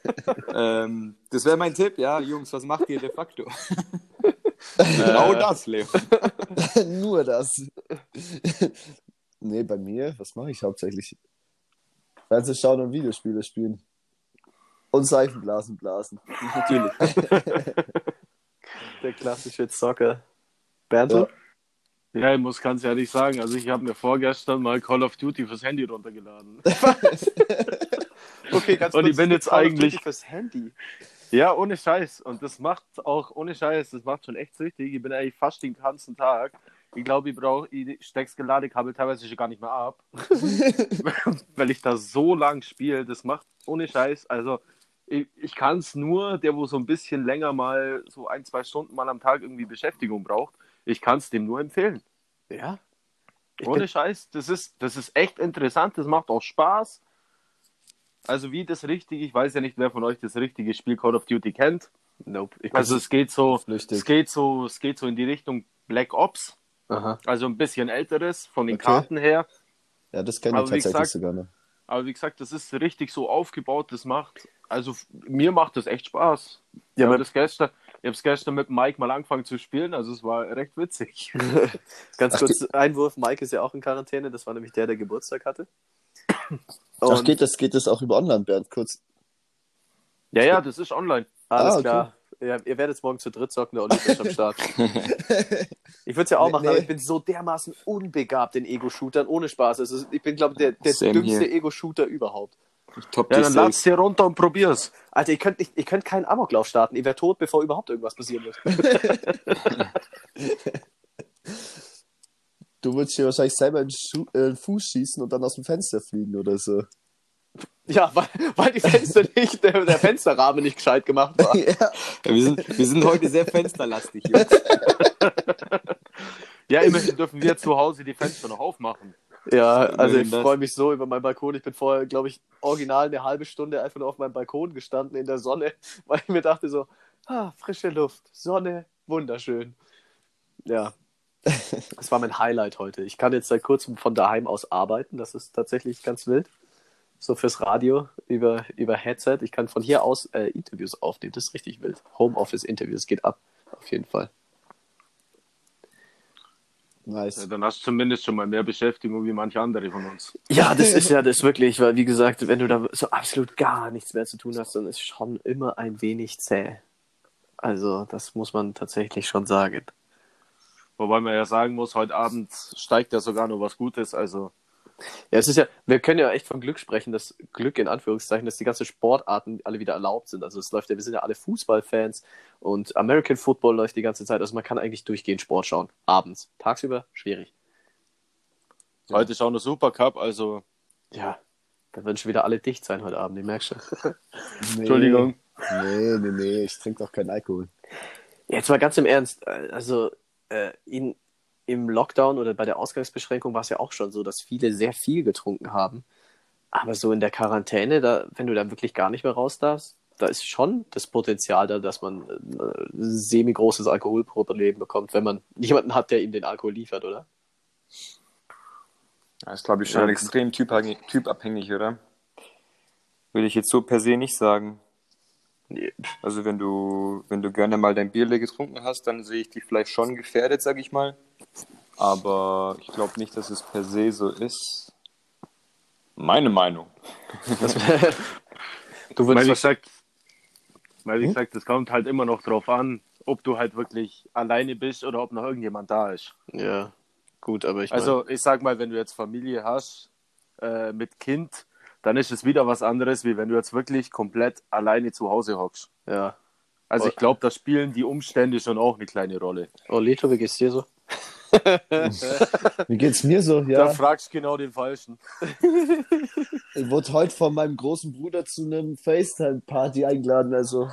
Speaker 4: ähm, das wäre mein Tipp, ja, Jungs, was macht ihr de *laughs* facto? genau das, Leo.
Speaker 3: Nur das. nee, bei mir, was mache ich hauptsächlich? Fernsehen schauen und Videospiele spielen. Und Seifenblasen blasen.
Speaker 4: Natürlich.
Speaker 1: Der klassische Zocker. Bertel?
Speaker 2: Ja, ich muss ganz ehrlich sagen, also ich habe mir vorgestern mal Call of Duty fürs Handy runtergeladen.
Speaker 1: Okay, ganz
Speaker 2: Und ich bin jetzt
Speaker 1: Call of Duty
Speaker 2: eigentlich-
Speaker 1: fürs Handy.
Speaker 2: Ja, ohne Scheiß. Und das macht auch, ohne Scheiß, das macht schon echt süchtig. Ich bin eigentlich fast den ganzen Tag. Ich glaube, ich brauche, ich steck's Geladekabel teilweise schon gar nicht mehr ab. Weil ich da so lang spiele, das macht ohne Scheiß. Also ich, ich kann es nur, der wo so ein bisschen länger mal, so ein, zwei Stunden mal am Tag irgendwie Beschäftigung braucht, ich kann es dem nur empfehlen.
Speaker 1: Ja?
Speaker 3: *laughs*
Speaker 1: Ich
Speaker 2: Ohne
Speaker 1: bin,
Speaker 2: Scheiß, das ist, das ist echt interessant, das macht auch Spaß. Also wie das richtige, ich weiß ja nicht, wer von euch das richtige Spiel Call of Duty kennt.
Speaker 1: nope. Ich bin
Speaker 2: Also es geht so,
Speaker 3: Flüchtig.
Speaker 2: es geht so, es geht so in die Richtung Black Ops,
Speaker 1: Aha.
Speaker 2: also ein bisschen älteres von den
Speaker 3: Okay.
Speaker 2: Karten her.
Speaker 3: Ja, das kenne
Speaker 2: Aber
Speaker 3: ich
Speaker 2: wie
Speaker 3: tatsächlich
Speaker 2: gesagt-
Speaker 3: sogar noch.
Speaker 2: Aber wie gesagt, das ist richtig so aufgebaut, das macht, also f- mir macht das echt Spaß.
Speaker 1: Ja,
Speaker 2: Ja, ich
Speaker 1: aber-
Speaker 2: habe das gestern, ich hab's gestern mit Mike mal angefangen zu spielen, also es war recht
Speaker 1: *laughs*
Speaker 2: witzig.
Speaker 1: Ganz kurz Einwurf, Mike ist ja auch in Quarantäne, das war nämlich der, der Geburtstag hatte.
Speaker 3: Ach,
Speaker 1: Und-
Speaker 3: geht das, geht das auch über online, Bernd, kurz.
Speaker 2: Ja, ja, das ist online.
Speaker 1: Alles
Speaker 3: Ah, okay.
Speaker 1: klar. Ja, ihr werdet morgen zu dritt zocken, der Olli ist am Start. ich würde es ja auch
Speaker 3: Nee,
Speaker 1: machen,
Speaker 3: nee.
Speaker 1: aber ich bin so dermaßen unbegabt in Ego-Shootern, ohne Spaß. Also ich bin, glaube ich, der, der
Speaker 4: Same
Speaker 1: dümmste
Speaker 4: hier.
Speaker 1: Ego-Shooter überhaupt.
Speaker 4: Ich top
Speaker 2: Ja,
Speaker 4: dich
Speaker 2: dann
Speaker 4: safe.
Speaker 2: lad's dir runter und probier's.
Speaker 1: Alter, ihr könnt, nicht, ihr könnt keinen Amoklauf starten. Ihr wärt tot, bevor überhaupt irgendwas passieren wird.
Speaker 3: Du würdest dir wahrscheinlich selber in den, Schu äh, in den Fuß schießen und dann aus dem Fenster fliegen oder so.
Speaker 1: *laughs* ja, weil, weil die Fenster nicht, der, der Fensterrahmen nicht gescheit gemacht war.
Speaker 3: ja.
Speaker 4: Ja, wir, sind, wir sind heute sehr fensterlastig, *laughs* Jungs.
Speaker 2: Ja, immerhin
Speaker 1: *laughs*
Speaker 2: dürfen wir zu Hause die Fenster noch aufmachen.
Speaker 1: Ja, also ich
Speaker 4: das-
Speaker 1: freue mich so über meinen Balkon. Ich bin vorher, glaube ich, original eine halbe Stunde einfach nur auf meinem Balkon gestanden in der Sonne, *laughs* weil ich mir dachte so, ah, frische Luft, Sonne, wunderschön.
Speaker 4: *laughs*
Speaker 1: Ja, das war mein Highlight heute. Ich kann jetzt seit kurzem von daheim aus arbeiten. Das ist tatsächlich ganz wild. So fürs Radio über, über Headset. Ich kann von hier aus äh, Interviews aufnehmen. Das ist richtig wild. Homeoffice-Interviews geht ab. Auf jeden Fall.
Speaker 2: Ja,
Speaker 3: Nice.
Speaker 2: Äh, dann hast du zumindest schon mal mehr Beschäftigung wie manche andere von uns.
Speaker 1: Ja, das ist ja das wirklich, weil wie gesagt, wenn du da so absolut gar nichts mehr zu tun hast, dann ist schon immer ein wenig zäh. Also, das muss man tatsächlich schon sagen.
Speaker 2: Wobei man ja sagen muss, heute Abend steigt ja sogar noch was Gutes. Also
Speaker 1: Ja, es ist ja, wir können ja echt von Glück sprechen, dass Glück in Anführungszeichen, dass die ganzen Sportarten alle wieder erlaubt sind. Also es läuft ja, wir sind ja alle Fußballfans und American Football läuft die ganze Zeit. Also man kann eigentlich durchgehend Sport schauen. Abends. Tagsüber schwierig.
Speaker 2: Heute ist auch noch Supercup, also.
Speaker 1: Ja. Dann werden schon wieder alle dicht sein heute Abend, ich merke schon.
Speaker 3: Nee.
Speaker 2: Entschuldigung.
Speaker 3: Nee, nee, nee, ich trinke doch keinen Alkohol.
Speaker 1: Jetzt mal ganz im Ernst, äh, also äh, in, im Lockdown oder bei der Ausgangsbeschränkung war es ja auch schon so, dass viele sehr viel getrunken haben. Aber so in der Quarantäne, da, wenn du dann wirklich gar nicht mehr raus darfst, da ist schon das Potenzial da, dass man äh, ein semi-großes Alkoholproblem bekommt, wenn man *laughs* jemanden hat, der ihm den Alkohol liefert, oder?
Speaker 4: Das ist, glaube ich, schon extrem typabhängig, typabhängig, oder? Würde ich jetzt so per se nicht sagen.
Speaker 1: Nee.
Speaker 4: Also wenn du, wenn du gerne mal dein Bier leer getrunken hast, dann sehe ich dich vielleicht schon gefährdet, sag ich mal. Aber ich glaube nicht, dass es per se so ist. Meine Meinung.
Speaker 1: Du
Speaker 2: Weil
Speaker 1: würdest
Speaker 2: wie
Speaker 1: was,
Speaker 2: gesagt, weil wie gesagt, es kommt halt immer noch drauf an, ob du halt wirklich alleine bist oder ob noch irgendjemand da ist.
Speaker 1: ja, gut, aber ich
Speaker 2: Also ich sag mal, wenn du jetzt Familie hast äh, mit Kind, dann ist es wieder was anderes, wie wenn du jetzt wirklich komplett alleine zu Hause hockst.
Speaker 1: mein, ja.
Speaker 2: Also ich glaube, da spielen die Umstände schon auch eine kleine Rolle.
Speaker 1: Olito, Oh, wie geht's dir so?
Speaker 3: Wie geht's mir so?
Speaker 2: Da
Speaker 3: Ja,
Speaker 2: fragst du genau den Falschen.
Speaker 3: ich wurde heute von meinem großen Bruder zu einem FaceTime-Party eingeladen, also.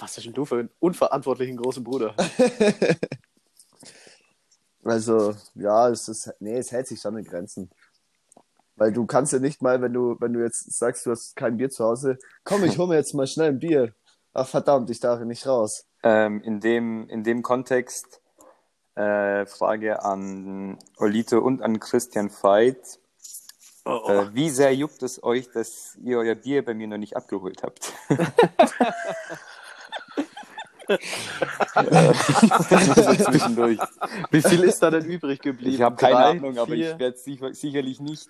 Speaker 1: Was ist denn du für einen unverantwortlichen großen *laughs* Bruder?
Speaker 3: Also, ja, es ist, nee, es hält sich schon in Grenzen. Weil du kannst ja nicht mal, wenn du, wenn du jetzt sagst, du hast kein Bier zu Hause, komm, ich hole mir jetzt mal schnell ein Bier. Ach verdammt, ich darf hier nicht raus.
Speaker 4: Ähm, in, dem, in dem Kontext äh, Frage an Olito und an Christian Veit.
Speaker 1: Oh,
Speaker 4: Äh, wie sehr juckt es euch, dass ihr euer Bier bei mir noch nicht abgeholt habt? so zwischendurch.
Speaker 1: Wie viel ist da denn übrig geblieben?
Speaker 4: Ich habe keine
Speaker 1: Drei,
Speaker 4: Ahnung, aber
Speaker 1: vier?
Speaker 4: ich werde sicher, sicherlich nicht,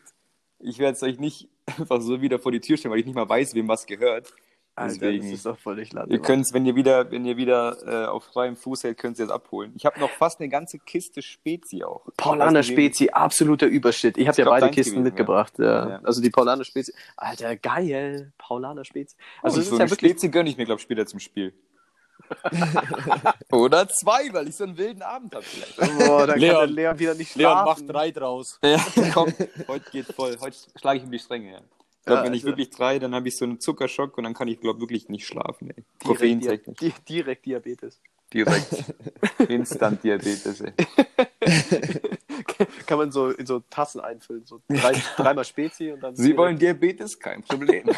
Speaker 4: ich werde es euch nicht *laughs* einfach so wieder vor die Tür stellen, weil ich nicht mal weiß, wem was gehört.
Speaker 1: Alter,
Speaker 4: Deswegen,
Speaker 1: das ist doch völlig latte.
Speaker 4: ihr könnt es, wenn ihr wieder, wenn ihr wieder äh, auf freiem Fuß hält, könnt ihr es abholen. Ich habe noch fast eine ganze Kiste Spezi auch.
Speaker 1: Paulaner
Speaker 4: Weiß nicht, wem-
Speaker 1: Spezi, absoluter Überschnitt. Ich habe ja
Speaker 4: glaub,
Speaker 1: beide
Speaker 4: deins
Speaker 1: Kisten
Speaker 4: gewesen,
Speaker 1: mitgebracht. Ja.
Speaker 4: Ja.
Speaker 1: Also die Paulaner Spezi. Alter, geil. Paulaner Spezi. Also
Speaker 4: Also
Speaker 1: es
Speaker 4: so
Speaker 1: ist
Speaker 4: eine
Speaker 1: ja wirklich.
Speaker 4: Spezi gönne ich mir, glaube ich, später zum Spiel.
Speaker 1: *laughs*
Speaker 4: Oder zwei, weil ich so einen wilden Abend habe vielleicht.
Speaker 1: Boah, da
Speaker 2: Leon-
Speaker 1: kann der Leon wieder nicht
Speaker 2: Leon
Speaker 1: schlafen.
Speaker 2: macht drei draus.
Speaker 4: Ja, *laughs* komm, heute geht voll. Heute schlage ich um die Stränge. Ja. Ich glaube,
Speaker 1: Ja,
Speaker 4: wenn ich
Speaker 1: also-
Speaker 4: wirklich drei, dann habe ich so einen Zuckerschock und dann kann ich, glaube wirklich nicht schlafen. Ey.
Speaker 1: direkt, Dia-
Speaker 4: Koffeintechnisch.
Speaker 1: Di direkt Diabetes.
Speaker 4: Direkt. *laughs* Instant-Diabetes. Ey.
Speaker 1: kann man so in so Tassen einfüllen. So drei, dreimal Spezi und dann.
Speaker 4: Sie wollen Diabetes? Kein Problem.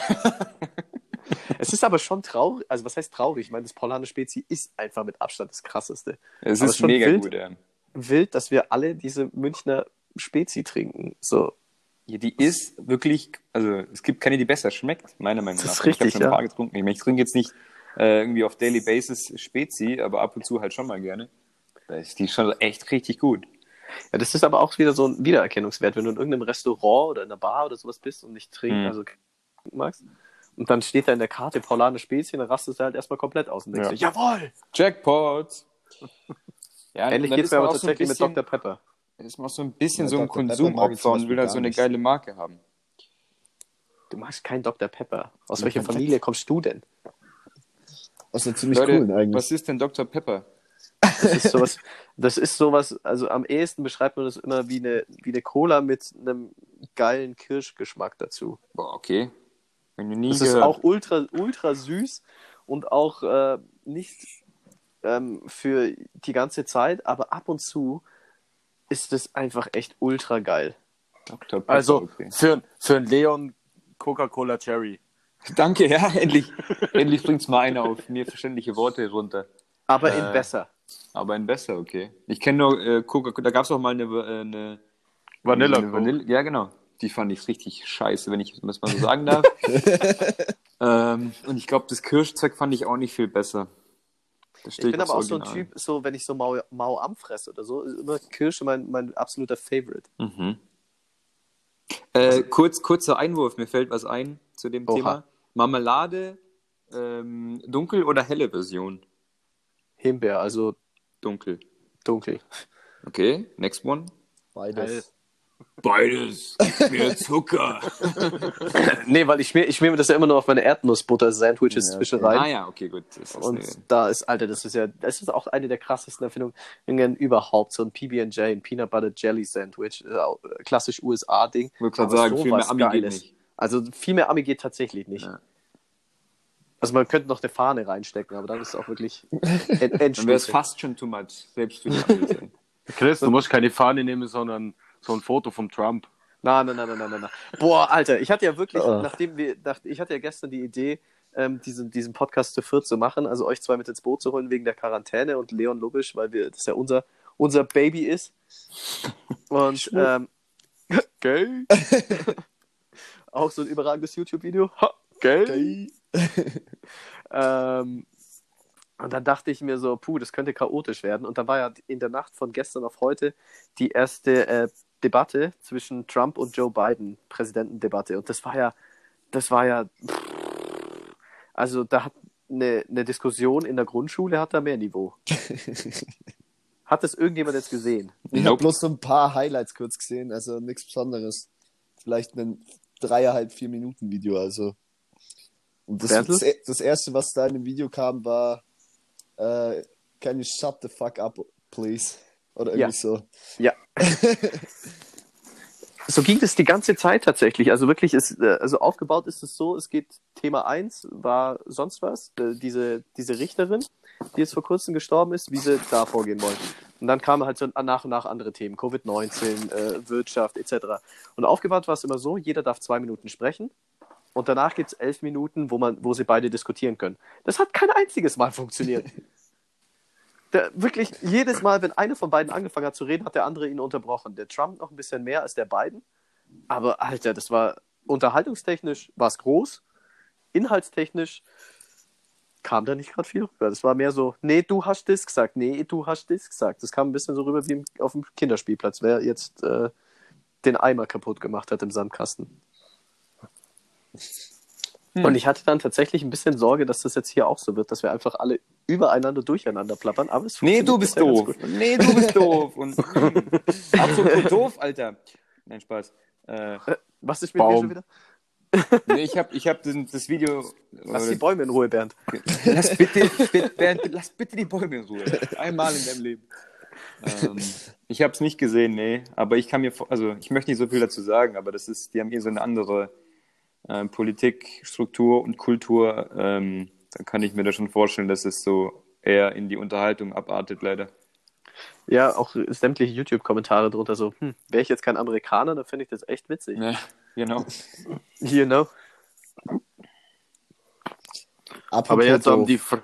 Speaker 1: Es ist aber schon traurig. Also was heißt traurig? Ich meine, das Paulaner Spezi ist einfach mit Abstand das krasseste.
Speaker 4: Es
Speaker 1: Aber
Speaker 4: ist
Speaker 1: schon
Speaker 4: mega
Speaker 1: wild.
Speaker 4: gut. Ja.
Speaker 1: Wild, dass wir alle diese Münchner Spezi trinken. So.
Speaker 4: Ja, die ist wirklich, also es gibt keine, die besser schmeckt, meiner Meinung
Speaker 1: Das
Speaker 4: nach.
Speaker 1: ist
Speaker 4: ich habe
Speaker 1: richtig,
Speaker 4: schon ein
Speaker 1: ja.
Speaker 4: paar getrunken. Ich, meine, ich trinke jetzt nicht äh, irgendwie auf Daily Basis Spezi, aber ab und zu halt schon mal gerne. Da ist die schon echt richtig gut.
Speaker 1: Ja, das ist aber auch wieder so ein Wiedererkennungswert, wenn du in irgendeinem Restaurant oder in einer Bar oder sowas bist und nicht trinken,
Speaker 4: Mhm.
Speaker 1: also trinken magst. Und dann steht da in der Karte Paulane Spezien, dann rastest du halt erstmal komplett aus und denkst,
Speaker 4: Ja.
Speaker 1: dir, jawohl!
Speaker 4: Jackpot! *laughs* Ja,
Speaker 1: Ähnlich
Speaker 4: dann
Speaker 1: geht's
Speaker 4: ist
Speaker 1: mir
Speaker 4: man
Speaker 1: aber
Speaker 4: auch so ein
Speaker 1: tatsächlich mit
Speaker 4: bisschen-
Speaker 1: Dr. Pepper.
Speaker 4: ist man auch so ein bisschen
Speaker 3: Ja,
Speaker 4: so ein
Speaker 3: Dr. Pepper mag ich
Speaker 4: Konsumopfer
Speaker 3: zum
Speaker 4: und
Speaker 3: Beispiel
Speaker 4: will dann
Speaker 3: gar
Speaker 4: so eine
Speaker 3: nicht.
Speaker 4: geile Marke haben.
Speaker 1: Du magst keinen Dr. Pepper. Aus
Speaker 3: Ja,
Speaker 1: welcher
Speaker 3: perfekt.
Speaker 1: Familie kommst du denn?
Speaker 3: Was ja ziemlich
Speaker 4: Leute,
Speaker 3: cool eigentlich.
Speaker 4: was ist denn Dr. Pepper?
Speaker 1: Das ist sowas, das ist sowas, also am ehesten beschreibt man das immer wie eine, wie eine Cola mit einem geilen Kirschgeschmack dazu.
Speaker 4: Boah, okay. Wenn du nie
Speaker 1: Das ist
Speaker 4: gehört.
Speaker 1: auch ultra, ultra süß und auch äh, nicht ähm, für die ganze Zeit, aber ab und zu ist es einfach echt ultra geil.
Speaker 4: Dr. Pepper.
Speaker 2: Also
Speaker 4: okay. *laughs*
Speaker 2: für, für einen Leon Coca-Cola Cherry.
Speaker 4: Danke, ja, endlich. endlich bringt's mal einer auf mir verständliche Worte runter.
Speaker 1: Aber
Speaker 4: Äh,
Speaker 1: in besser.
Speaker 4: Aber ein besser, okay. Ich kenne nur äh, Coca-Cola, da gab es auch mal eine, äh, eine
Speaker 2: Vanilla
Speaker 4: eine
Speaker 2: Coke.
Speaker 4: Vanille, Ja, genau. Die fand ich richtig scheiße, wenn ich das mal so sagen darf. ähm, und ich glaube, das Kirschzeug fand ich auch nicht viel besser. Da
Speaker 1: Ich
Speaker 4: steht
Speaker 1: bin
Speaker 4: aufs
Speaker 1: aber auch so ein
Speaker 4: Original.
Speaker 1: Typ, so wenn ich so mau, mau am fresse oder so, ist immer Kirsche mein, mein absoluter Favorite.
Speaker 4: Mhm. Äh, kurz, kurzer Einwurf, mir fällt was ein zu dem
Speaker 1: Oha.
Speaker 4: Thema. Marmelade, ähm, dunkel oder helle Version?
Speaker 1: Himbeer, also
Speaker 4: Dunkel.
Speaker 1: dunkel.
Speaker 4: Okay, next one.
Speaker 3: Beides.
Speaker 4: Beides. Mehr Zucker.
Speaker 1: Äh, Nee, weil ich schmier, ich schmier mir das ja immer nur auf meine Erdnussbutter-Sandwiches
Speaker 3: Ja,
Speaker 1: zwischen
Speaker 3: okay.
Speaker 1: rein.
Speaker 4: *laughs* ah ja, okay, gut. Das ist
Speaker 1: Und
Speaker 4: eine-
Speaker 1: da ist, Alter, das ist ja, das ist auch eine der krassesten Erfindungen Irgendwann überhaupt. So ein PB&J, ein Peanut Butter Jelly Sandwich, äh, klassisch USA-Ding.
Speaker 4: Ich wollte gerade
Speaker 1: Aber
Speaker 4: sagen, viel
Speaker 1: sowas
Speaker 4: mehr Ami geht
Speaker 1: Geiles.
Speaker 4: nicht.
Speaker 1: Also viel mehr Ami geht tatsächlich nicht.
Speaker 4: Ja.
Speaker 1: Also man könnte noch eine Fahne reinstecken, aber dann ist es auch
Speaker 4: *laughs*
Speaker 1: wirklich en
Speaker 4: Dann wäre es
Speaker 1: endschlüssig.
Speaker 4: fast schon too much, selbst für die
Speaker 1: *laughs*
Speaker 4: Ami sein.
Speaker 2: Chris, du musst keine Fahne nehmen, sondern so ein Foto vom Trump.
Speaker 1: Nein, nein, nein, nein, nein, nein, nein. Boah, Alter, ich hatte ja wirklich,
Speaker 3: Ah.
Speaker 1: nachdem wir, nach, ich hatte ja gestern die Idee, ähm, diesen, diesen Podcast zu viert zu machen, also euch zwei mit ins Boot zu holen wegen der Quarantäne und Leon Lubisch, weil wir, das ja unser, unser Baby ist. Und ähm,
Speaker 2: Gell?
Speaker 1: *laughs* auch so ein überragendes YouTube-Video. Ha,
Speaker 2: Gell?
Speaker 1: Ähm, und dann dachte ich mir so, puh, das könnte chaotisch werden. Und dann war ja in der Nacht von gestern auf heute die erste äh, Debatte zwischen Trump und Joe Biden, Präsidentendebatte. Und das war ja, das war ja, pff, also da hat eine, eine Diskussion in der Grundschule hat da mehr Niveau. Hat das irgendjemand jetzt gesehen?
Speaker 3: Ich habe
Speaker 4: Nope.
Speaker 3: bloß so ein paar Highlights kurz gesehen, also nichts Besonderes. Vielleicht ein dreieinhalb, vier Minuten Video, also. Und das,
Speaker 1: Bertel?
Speaker 3: das, das erste, was da in dem Video kam, war äh, Can you shut the fuck up, please? Oder irgendwie
Speaker 1: Ja.
Speaker 3: so.
Speaker 1: Ja. so ging das die ganze Zeit tatsächlich. Also wirklich, ist, äh, also aufgebaut ist es so, es geht Thema 1 war sonst was, äh, diese, diese Richterin, die jetzt vor kurzem gestorben ist, wie sie da vorgehen wollen. Und dann kamen halt so nach und nach andere Themen, Covid-19, äh, Wirtschaft etc. Und aufgebaut war es immer so, jeder darf zwei Minuten sprechen und danach gibt es elf Minuten, wo, man, wo sie beide diskutieren können. Das hat kein einziges Mal funktioniert. Der, wirklich jedes Mal, wenn einer von beiden angefangen hat zu reden, hat der andere ihn unterbrochen. Der Trump noch ein bisschen mehr als der Biden. Aber Alter, das war unterhaltungstechnisch war es groß. Inhaltstechnisch kam da nicht gerade viel rüber. Das war mehr so, nee, du hast das gesagt, nee, du hast das gesagt. Das kam ein bisschen so rüber wie im, auf dem Kinderspielplatz, wer jetzt äh, den Eimer kaputt gemacht hat im Sandkasten.
Speaker 4: Hm.
Speaker 1: Und ich hatte dann tatsächlich ein bisschen Sorge, dass das jetzt hier auch so wird, dass wir einfach alle übereinander durcheinander plappern. Aber es
Speaker 4: Nee,
Speaker 1: funktioniert
Speaker 4: du bist
Speaker 1: bisher ganz
Speaker 4: doof.
Speaker 1: gut.
Speaker 4: Nee, du bist doof. *laughs* Und mm, absolut doof, Alter. Nein, Spaß. Äh,
Speaker 1: Was ist mit
Speaker 2: Baum.
Speaker 1: mir schon wieder?
Speaker 4: nee, ich habe ich hab das, das Video.
Speaker 1: Lass die Bäume in Ruhe, Bernd.
Speaker 4: lass, bitte, bitte, Bernd, lass bitte die Bäume in Ruhe. Einmal in deinem Leben. Ähm, ich habe es nicht gesehen, nee. Aber ich kann mir, vor- also ich möchte nicht so viel dazu sagen, aber das ist, die haben eh so eine andere äh, Politik, Struktur und Kultur. Ähm, da kann ich mir da schon vorstellen, dass es so eher in die Unterhaltung abartet, leider.
Speaker 1: Ja, auch sämtliche YouTube-Kommentare drunter so, hm, wäre ich jetzt kein Amerikaner, dann finde ich das echt witzig.
Speaker 4: Ja, genau.
Speaker 1: You know?
Speaker 2: Aber
Speaker 4: halt
Speaker 2: jetzt, um
Speaker 3: haben
Speaker 2: die, Fr-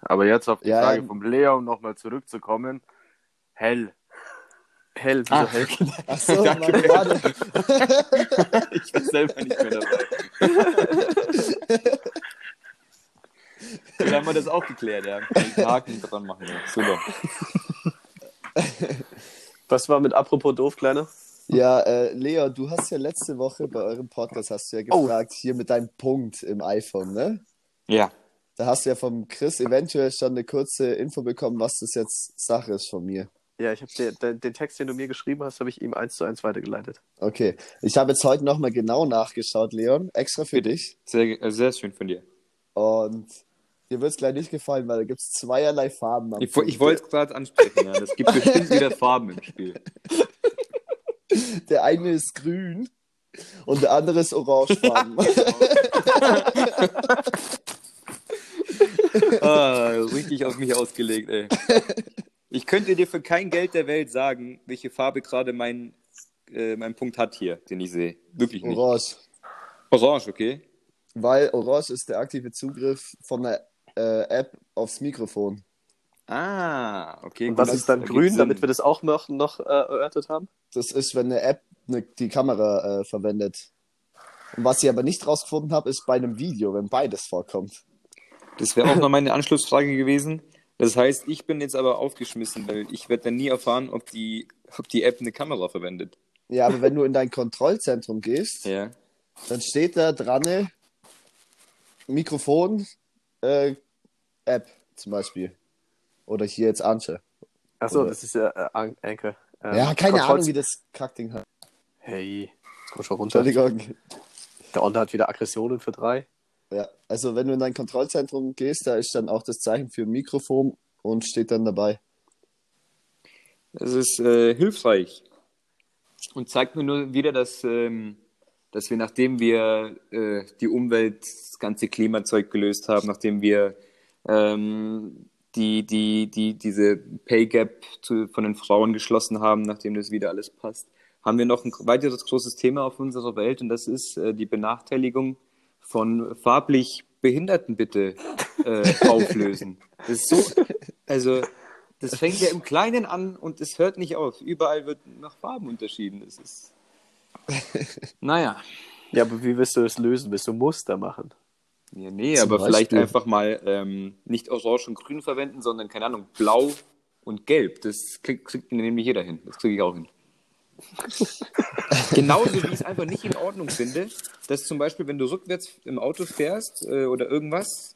Speaker 2: aber jetzt auf die
Speaker 3: Ja,
Speaker 2: Frage
Speaker 4: ähm,
Speaker 3: ja.
Speaker 2: vom Leon nochmal zurückzukommen. Hell.
Speaker 1: Hell, wieso
Speaker 4: Ah.
Speaker 1: hell?
Speaker 3: Ach so, Mann, warte.
Speaker 4: Ich bin selber nicht mehr dabei. *laughs* Dann haben wir das auch geklärt, ja. Den Haken dran machen, ja. Super.
Speaker 1: Was war mit apropos doof, Kleiner?
Speaker 3: Ja, äh, Leo, du hast ja letzte Woche bei eurem Podcast hast du ja
Speaker 1: Oh.
Speaker 3: gefragt, hier mit deinem Punkt im iPhone, ne?
Speaker 4: Ja.
Speaker 3: Da hast du ja vom Chris eventuell schon eine kurze Info bekommen, was das jetzt Sache ist von mir.
Speaker 1: Ja, ich habe den, den, den Text, den du mir geschrieben hast, habe ich ihm eins zu eins weitergeleitet.
Speaker 3: Okay, ich habe jetzt heute nochmal genau nachgeschaut, Leon, extra für dich.
Speaker 4: Sehr, äh, sehr schön von dir.
Speaker 3: Und dir wird es gleich nicht gefallen, weil da gibt es zweierlei Farben. am
Speaker 4: Ich, wo-
Speaker 3: Punkt.
Speaker 4: ich wollte es gerade ansprechen, ja. Es *laughs* gibt bestimmt wieder Farben im Spiel.
Speaker 3: Der eine ist grün und der andere ist
Speaker 4: *laughs*
Speaker 3: orangefarben. *laughs*
Speaker 4: Ah, richtig auf mich ausgelegt, ey. Ich könnte dir für kein Geld der Welt sagen, welche Farbe gerade mein, äh, mein Punkt hat hier, den ich sehe. Wirklich nicht.
Speaker 3: Orange.
Speaker 4: Orange, okay?
Speaker 3: Weil Orange ist der aktive Zugriff von der äh, App aufs Mikrofon.
Speaker 4: Ah, okay.
Speaker 1: Und
Speaker 4: gut,
Speaker 1: was ist dann
Speaker 4: ergibt
Speaker 1: grün,
Speaker 4: Sinn.
Speaker 1: damit wir das auch noch, noch äh, erörtert haben?
Speaker 3: Das ist, wenn eine App ne, die Kamera äh, verwendet. Und was ich aber nicht rausgefunden habe, ist bei einem Video, wenn beides vorkommt.
Speaker 4: Das wäre auch noch meine Anschlussfrage gewesen. Das heißt, ich bin jetzt aber aufgeschmissen, weil ich werde dann nie erfahren, ob die, ob die App eine Kamera verwendet.
Speaker 3: Ja, aber wenn du in dein Kontrollzentrum gehst,
Speaker 4: Ja.
Speaker 3: dann steht da dran äh, Mikrofon, äh, App zum Beispiel. Oder hier jetzt Anche.
Speaker 1: Achso,
Speaker 3: Oder-
Speaker 1: das ist ja äh, An- Anchor. Ähm,
Speaker 3: ja, keine
Speaker 1: Controls-
Speaker 3: Ahnung, wie das Kackding hat.
Speaker 1: Hey, jetzt komm schon runter.
Speaker 3: Entschuldigung.
Speaker 1: Der Onda hat wieder Aggressionen für drei.
Speaker 3: Ja, also wenn du in dein Kontrollzentrum gehst, da ist dann auch das Zeichen für Mikrofon und steht dann dabei.
Speaker 4: Das ist äh, hilfreich und zeigt mir nur wieder, dass, ähm, dass wir, nachdem wir äh, die Umwelt, das ganze Klimazeug gelöst haben, nachdem wir ähm, die, die, die, diese Pay Gap zu, von den Frauen geschlossen haben, nachdem das wieder alles passt, haben wir noch ein weiteres großes Thema auf unserer Welt und das ist äh, die Benachteiligung von farblich Behinderten bitte äh, auflösen. Das ist so, also das fängt ja im Kleinen an und es hört nicht auf. Überall wird nach Farben unterschieden. Das ist. Naja.
Speaker 1: Ja, aber wie willst du das lösen? Willst du Muster machen?
Speaker 4: Ja, nee,
Speaker 3: Zum
Speaker 4: aber vielleicht
Speaker 3: Beispiel.
Speaker 4: einfach mal ähm, nicht orange und grün verwenden, sondern, keine Ahnung, blau und gelb. Das kriegt, kriegt nämlich jeder hin. Das kriege ich auch hin. Genauso wie ich es einfach nicht in Ordnung finde, dass zum Beispiel, wenn du rückwärts im Auto fährst äh, oder irgendwas,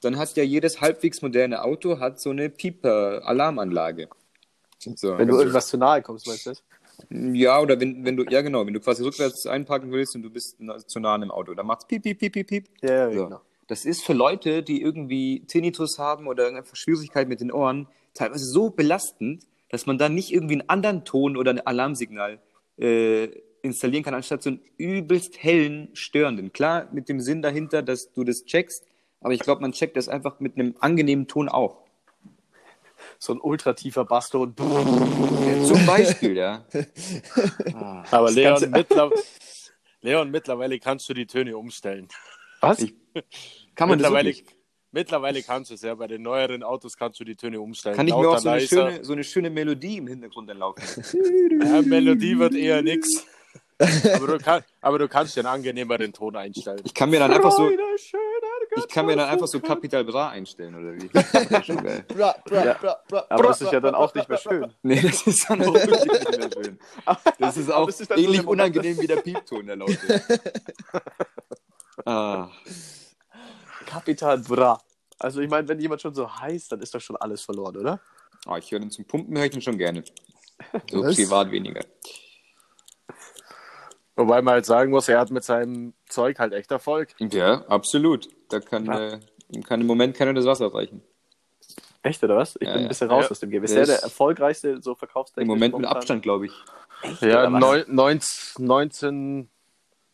Speaker 4: dann hat ja jedes halbwegs moderne Auto hat so eine Pieper-Alarmanlage. So.
Speaker 1: Wenn du irgendwas zu nahe kommst, meinst du das?
Speaker 4: Ja, oder wenn, wenn du, ja genau, wenn du quasi rückwärts einparken willst und du bist na- zu nah an dem Auto, dann macht's piep, piep, piep, piep, piep.
Speaker 1: Ja, ja,
Speaker 4: So.
Speaker 1: genau.
Speaker 4: Das ist für Leute, die irgendwie Tinnitus haben oder einfach Schwierigkeit mit den Ohren, teilweise so belastend, dass man da nicht irgendwie einen anderen Ton oder ein Alarmsignal äh, installieren kann, anstatt so einen übelst hellen, störenden. Klar, mit dem Sinn dahinter, dass du das checkst, aber ich glaube, man checkt das einfach mit einem angenehmen Ton auch.
Speaker 1: So ein ultratiefer Baston. *laughs*
Speaker 4: Zum Beispiel, ja.
Speaker 2: Aber Leon,
Speaker 1: Ganze-
Speaker 2: mittler *laughs* Leon, mittlerweile kannst du die Töne umstellen.
Speaker 1: Was?
Speaker 4: Kann man das
Speaker 2: mittlerweile,
Speaker 4: wirklich?
Speaker 2: mittlerweile kannst du es ja. Bei den neueren Autos kannst du die Töne umstellen.
Speaker 4: Kann ich mir
Speaker 2: Lauter,
Speaker 4: auch so eine,
Speaker 2: leiser.
Speaker 4: schöne, so eine schöne Melodie im Hintergrund dann laufen?
Speaker 2: Ja, Melodie wird
Speaker 4: *laughs*
Speaker 2: eher nix. Aber du, kann, aber du kannst den angenehmeren Ton einstellen.
Speaker 4: Ich kann mir dann einfach so, ich kann mir dann einfach so Capital Bra einstellen oder wie? *laughs* Das ist schon geil.
Speaker 3: Bra, bra,
Speaker 1: Ja.
Speaker 3: bra, bra,
Speaker 1: Aber
Speaker 3: bra,
Speaker 1: das ist ja dann auch nicht mehr
Speaker 4: *laughs*
Speaker 1: schön.
Speaker 4: Nee, das ist dann auch wirklich nicht mehr schön. Das ist auch
Speaker 1: das ist dann so
Speaker 4: ähnlich
Speaker 1: der Moment-
Speaker 4: unangenehm wie der Piepton, der lautet. Ah,
Speaker 1: Kapital Bra. Also ich meine, wenn jemand schon so heißt, dann ist doch schon alles verloren, oder?
Speaker 4: Ah, ich höre den zum Pumpen, höre ich den schon gerne. So
Speaker 3: Was?
Speaker 4: privat weniger.
Speaker 2: Wobei man halt sagen muss, er hat mit seinem Zeug halt echt Erfolg.
Speaker 4: Ja, absolut. Da kann, äh, kann im Moment keiner das Wasser reichen.
Speaker 1: Echt, oder was? Ich
Speaker 4: Ja,
Speaker 1: bin
Speaker 4: ja.
Speaker 1: ein bisschen raus
Speaker 2: Ja.
Speaker 1: aus dem Game. Ist
Speaker 4: Der
Speaker 1: der der
Speaker 4: ist-
Speaker 1: erfolgreichste so Verkaufstechnik?
Speaker 4: Im Moment mit Abstand, glaube ich.
Speaker 2: Ja,
Speaker 1: oder was?
Speaker 2: neun, neunz- 19,